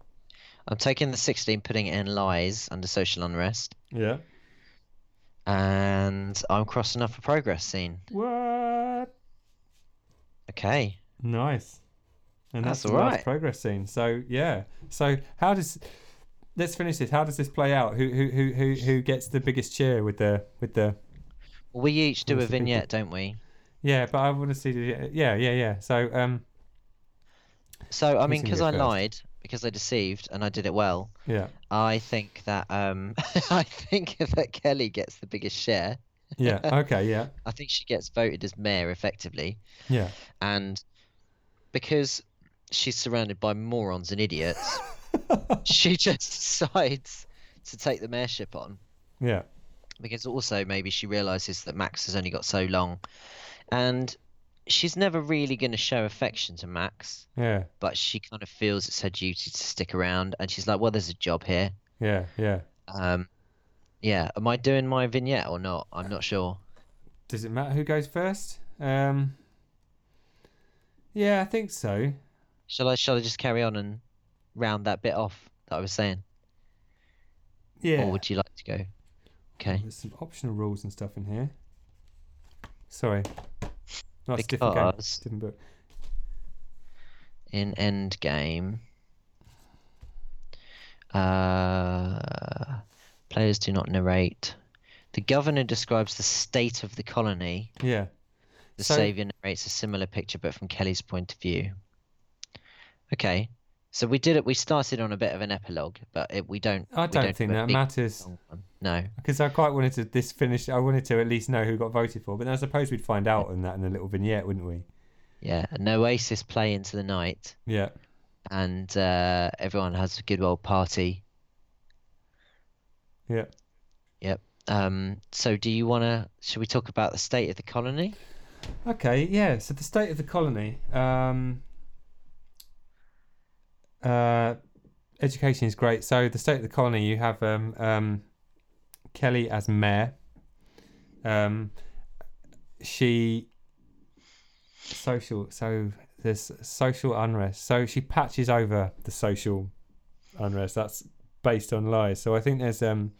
S2: I'm taking the 16, putting it in lies under social unrest,
S1: Yeah.
S2: and I'm crossing off a progress scene.
S1: What?
S2: Okay.
S1: Nice. And that's,
S2: That's
S1: the last
S2: alright.
S1: progress scene. So yeah. So how does let's finish this. How does this play out? Who who who who who gets the biggest cheer with the with the
S2: Well, we each do
S1: Who's
S2: a
S1: the people?
S2: vignette, don't we?
S1: yeah, but I want to see the yeah, yeah, yeah. So um
S2: So, I
S1: Who's
S2: mean,
S1: gonna
S2: because
S1: go
S2: I
S1: first?
S2: lied, because I deceived, and I did it well,
S1: yeah.
S2: I think that um, [LAUGHS] I think [LAUGHS] that Kelly gets the biggest share. [LAUGHS]
S1: Yeah. Okay, yeah.
S2: I think she gets voted as mayor effectively,
S1: Yeah.
S2: and because she's surrounded by morons and [LAUGHS] idiots, she just decides to take the mayorship on.
S1: Yeah.
S2: because also maybe she realizes that Max has only got so long, and she's never really going to show affection to Max,
S1: Yeah.
S2: but she kind of feels it's her duty to stick around, and she's like, "Well, there's a job here."
S1: Yeah. Yeah.
S2: Um, yeah, am I doing my vignette or not? I'm not sure.
S1: Does it matter who goes first? Um Yeah, I think so.
S2: Shall I? Shall I just carry on and round that bit off that I was saying,
S1: Yeah.
S2: or would you like to go? Okay,
S1: There's some optional rules and stuff in here. Sorry. Nice different game.
S2: because
S1: Different book.
S2: in Endgame. Uh, players do not narrate. The governor describes the state of the colony.
S1: Yeah.
S2: The
S1: So-
S2: savior narrates a similar picture, but from Kelly's point of view. Okay, so we did it. We started on a bit of an epilogue, but it, we don't.
S1: I
S2: we
S1: don't,
S2: do
S1: think
S2: a
S1: that
S2: big
S1: matters
S2: long one. No.
S1: because I quite wanted to this finish. I wanted to at least know who got voted for, but I suppose we'd find out on that in a little vignette, wouldn't we?
S2: Yeah, an oasis play into the night,
S1: Yeah,
S2: and uh, everyone has a good old party.
S1: yeah.
S2: Um, so, do you want to? Should we talk about the state of the colony?
S1: Okay, yeah. So the state of the colony. Um, uh, education is great. So the state of the colony, you have um, um, Kelly as mayor. Um, she social. So there's social unrest. So she patches over the social unrest. That's based on lies. So I think there's um,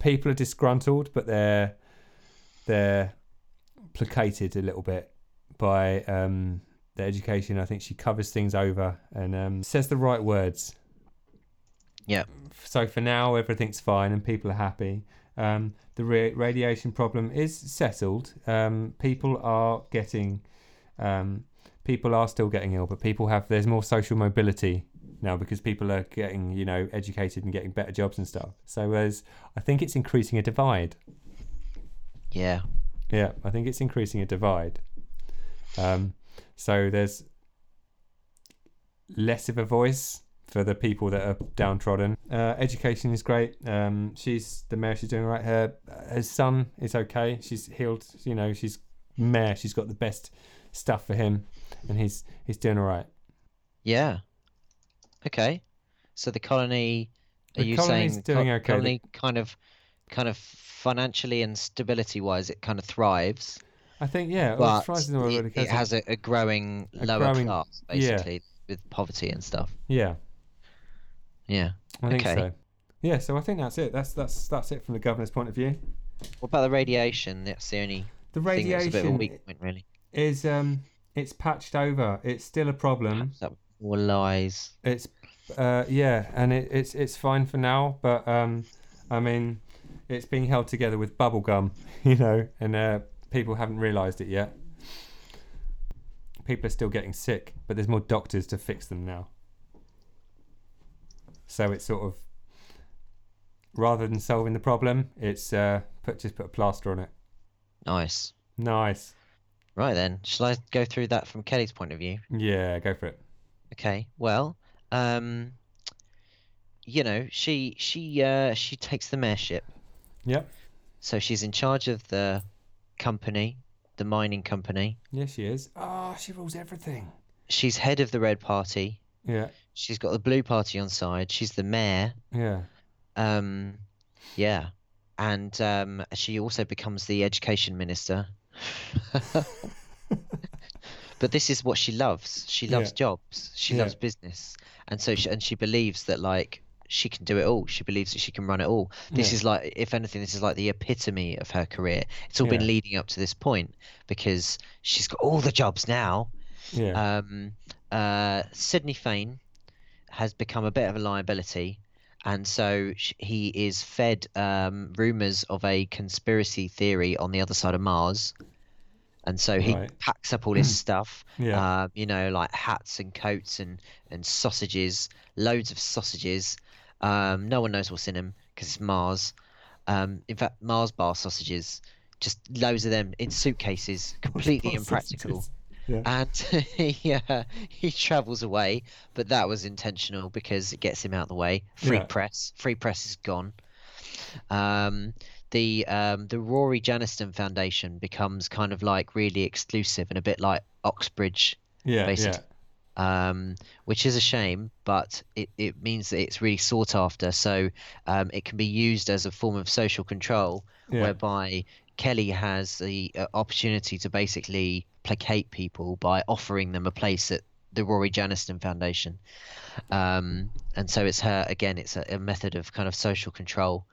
S1: people are disgruntled, but they're they're placated a little bit by um, the education. I think she covers things over and um, says the right words.
S2: Yeah.
S1: So for now, everything's fine and people are happy. Um, the ra- radiation problem is settled. Um, people are getting, um, people are still getting ill, but people have. There's more social mobility now because people are getting, you know, educated and getting better jobs and stuff. So as I think it's increasing a divide.
S2: Yeah.
S1: Yeah, I think it's increasing a divide. Um, so there's less of a voice for the people that are downtrodden. Uh, education is great. Um, she's the mayor. She's doing all right. Her her son is okay. She's healed. You know, she's mayor. She's got the best stuff for him, and he's he's doing all right.
S2: Yeah. Okay. So the colony, are
S1: The
S2: you
S1: colony's
S2: saying the
S1: doing
S2: col-
S1: okay, the-
S2: colony kind of, kind of financially and stability-wise, it kind of thrives,
S1: I think yeah. well,
S2: but
S1: it's rising all over
S2: it,
S1: the
S2: it
S1: country.
S2: has a, a growing
S1: A
S2: lower
S1: growing-
S2: class,
S1: yeah.
S2: basically, with poverty and stuff.
S1: yeah.
S2: Yeah.
S1: I think
S2: okay.
S1: so. Yeah, so I think that's it. That's that's that's it from the governor's point of view.
S2: What about the radiation? That's the only
S1: The
S2: thing that's a bit of a
S1: radiation
S2: weak point, really.
S1: is um it's patched over. It's still a problem.
S2: That all lies.
S1: It's uh yeah, and it, it's it's fine for now, but um I mean it's being held together with bubble gum, [LAUGHS] you know, and uh people haven't realised it yet. People are still getting sick, but there's more doctors to fix them now. So it's sort of rather than solving the problem, it's uh, put just put a plaster on it.
S2: Nice.
S1: Nice.
S2: Right then, shall I go through that from Kelly's point of view?
S1: Yeah, go for it.
S2: Okay. Well, um, you know, she she uh, she takes the mayorship,
S1: Yep.
S2: so she's in charge of the company, the mining company.
S1: Yeah, she is. Oh, she rules everything.
S2: She's head of the red party.
S1: Yeah,
S2: She's got the blue party on side. She's the mayor.
S1: yeah.
S2: Um, yeah, and um, she also becomes the education minister. [LAUGHS] but this is what she loves. She loves
S1: Yeah.
S2: jobs. She
S1: Yeah.
S2: loves business, and so she, and she believes that like she can do it all. She believes that she can run it all. This
S1: Yeah.
S2: is like, if anything, this is like the epitome of her career. It's all
S1: Yeah.
S2: been leading up to this point because she's got all the jobs now.
S1: Yeah.
S2: Um, uh, Sydney Fain has become a bit of a liability, and so sh- he is fed um, rumors of a conspiracy theory on the other side of Mars. And so he
S1: Right.
S2: packs up
S1: [CLEARS THROAT]
S2: all his stuff,
S1: Yeah.
S2: uh, you know, like hats and coats and, and sausages, loads of sausages. Um, no one knows what's in them because it's Mars. Um, in fact, Mars bar sausages, just loads of them
S1: [LAUGHS]
S2: in suitcases, completely impractical and [LAUGHS] he uh, he travels away, but that was intentional because it gets him out of the way. Free
S1: Yeah.
S2: press, free press is gone. Um, the um, the Rory Janiston Foundation becomes kind of like really exclusive and a bit like Oxbridge,
S1: Yeah,
S2: basically. um, which is a shame, but it, it means that it's really sought after. So um, it can be used as a form of social control,
S1: Yeah.
S2: whereby Kelly has the uh, opportunity to basically placate people by offering them a place at the Rory Janiston Foundation. Um, and so it's her, again, it's a, a method of kind of social control.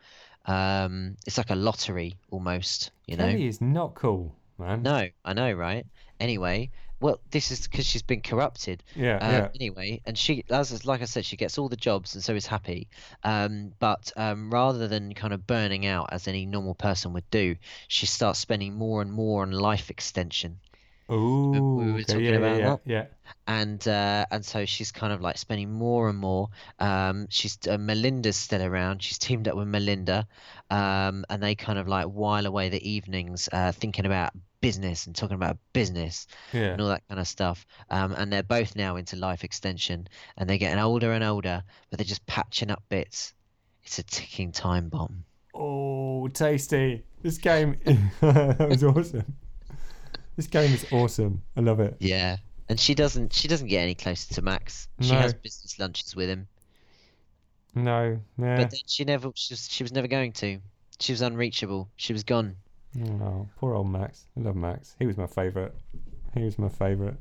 S2: Um, it's like a lottery almost, you know?
S1: Kelly is not cool, man.
S2: No, I know, right? Anyway, well, this is because she's been corrupted.
S1: Yeah,
S2: Uh,
S1: yeah.
S2: Anyway, and she, as is- like I said, she gets all the jobs and so is happy. Um, but um, rather than kind of burning out as any normal person would do, she starts spending more and more on life extension,
S1: Ooh,
S2: we were
S1: okay,
S2: talking
S1: yeah,
S2: about
S1: yeah,
S2: that.
S1: yeah,
S2: and uh, and so she's kind of like spending more and more. Um, she's uh, Melinda's still around. She's teamed up with Melinda, um, and they kind of like while away the evenings uh, thinking about business and talking about business
S1: yeah,
S2: and all that kind of stuff. Um, and they're both now into life extension, and they're getting older and older, but they're just patching up bits. It's a ticking time bomb.
S1: Oh, tasty! This game [LAUGHS] that was awesome. This game is awesome. I love it.
S2: Yeah, and she doesn't. She doesn't get any closer to Max. She
S1: No.
S2: has business lunches with him,
S1: No, yeah.
S2: but then she never. She was, she was never going to. She was unreachable. She was gone.
S1: Oh, poor old Max. I love Max. He was my favourite. He was my favourite.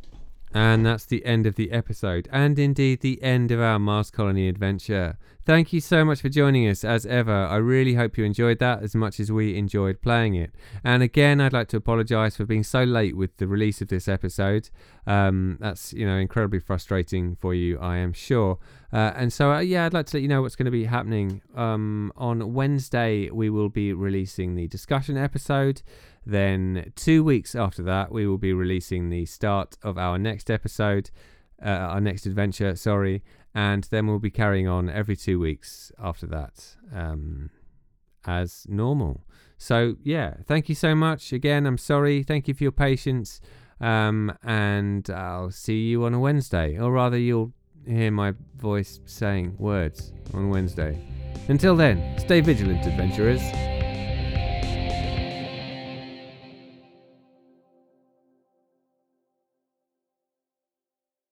S4: And that's the end of the episode, and indeed the end of our Mars Colony adventure. Thank you so much for joining us as ever. I really hope you enjoyed that as much as we enjoyed playing it. And again, I'd like to apologise for being so late with the release of this episode. Um, that's you know incredibly frustrating for you, I am sure. Uh, and so uh, yeah, I'd like to let you know what's going to be happening. Um, on Wednesday, we will be releasing the discussion episode. Then, two weeks after that, we will be releasing the start of our next episode, uh, our next adventure, sorry. And then we'll be carrying on every two weeks after that um, as normal. So, yeah, thank you so much. Again, I'm sorry. Thank you for your patience. Um, and I'll see you on a Wednesday, or rather, you'll hear my voice saying words on Wednesday. Until then, stay vigilant, adventurers.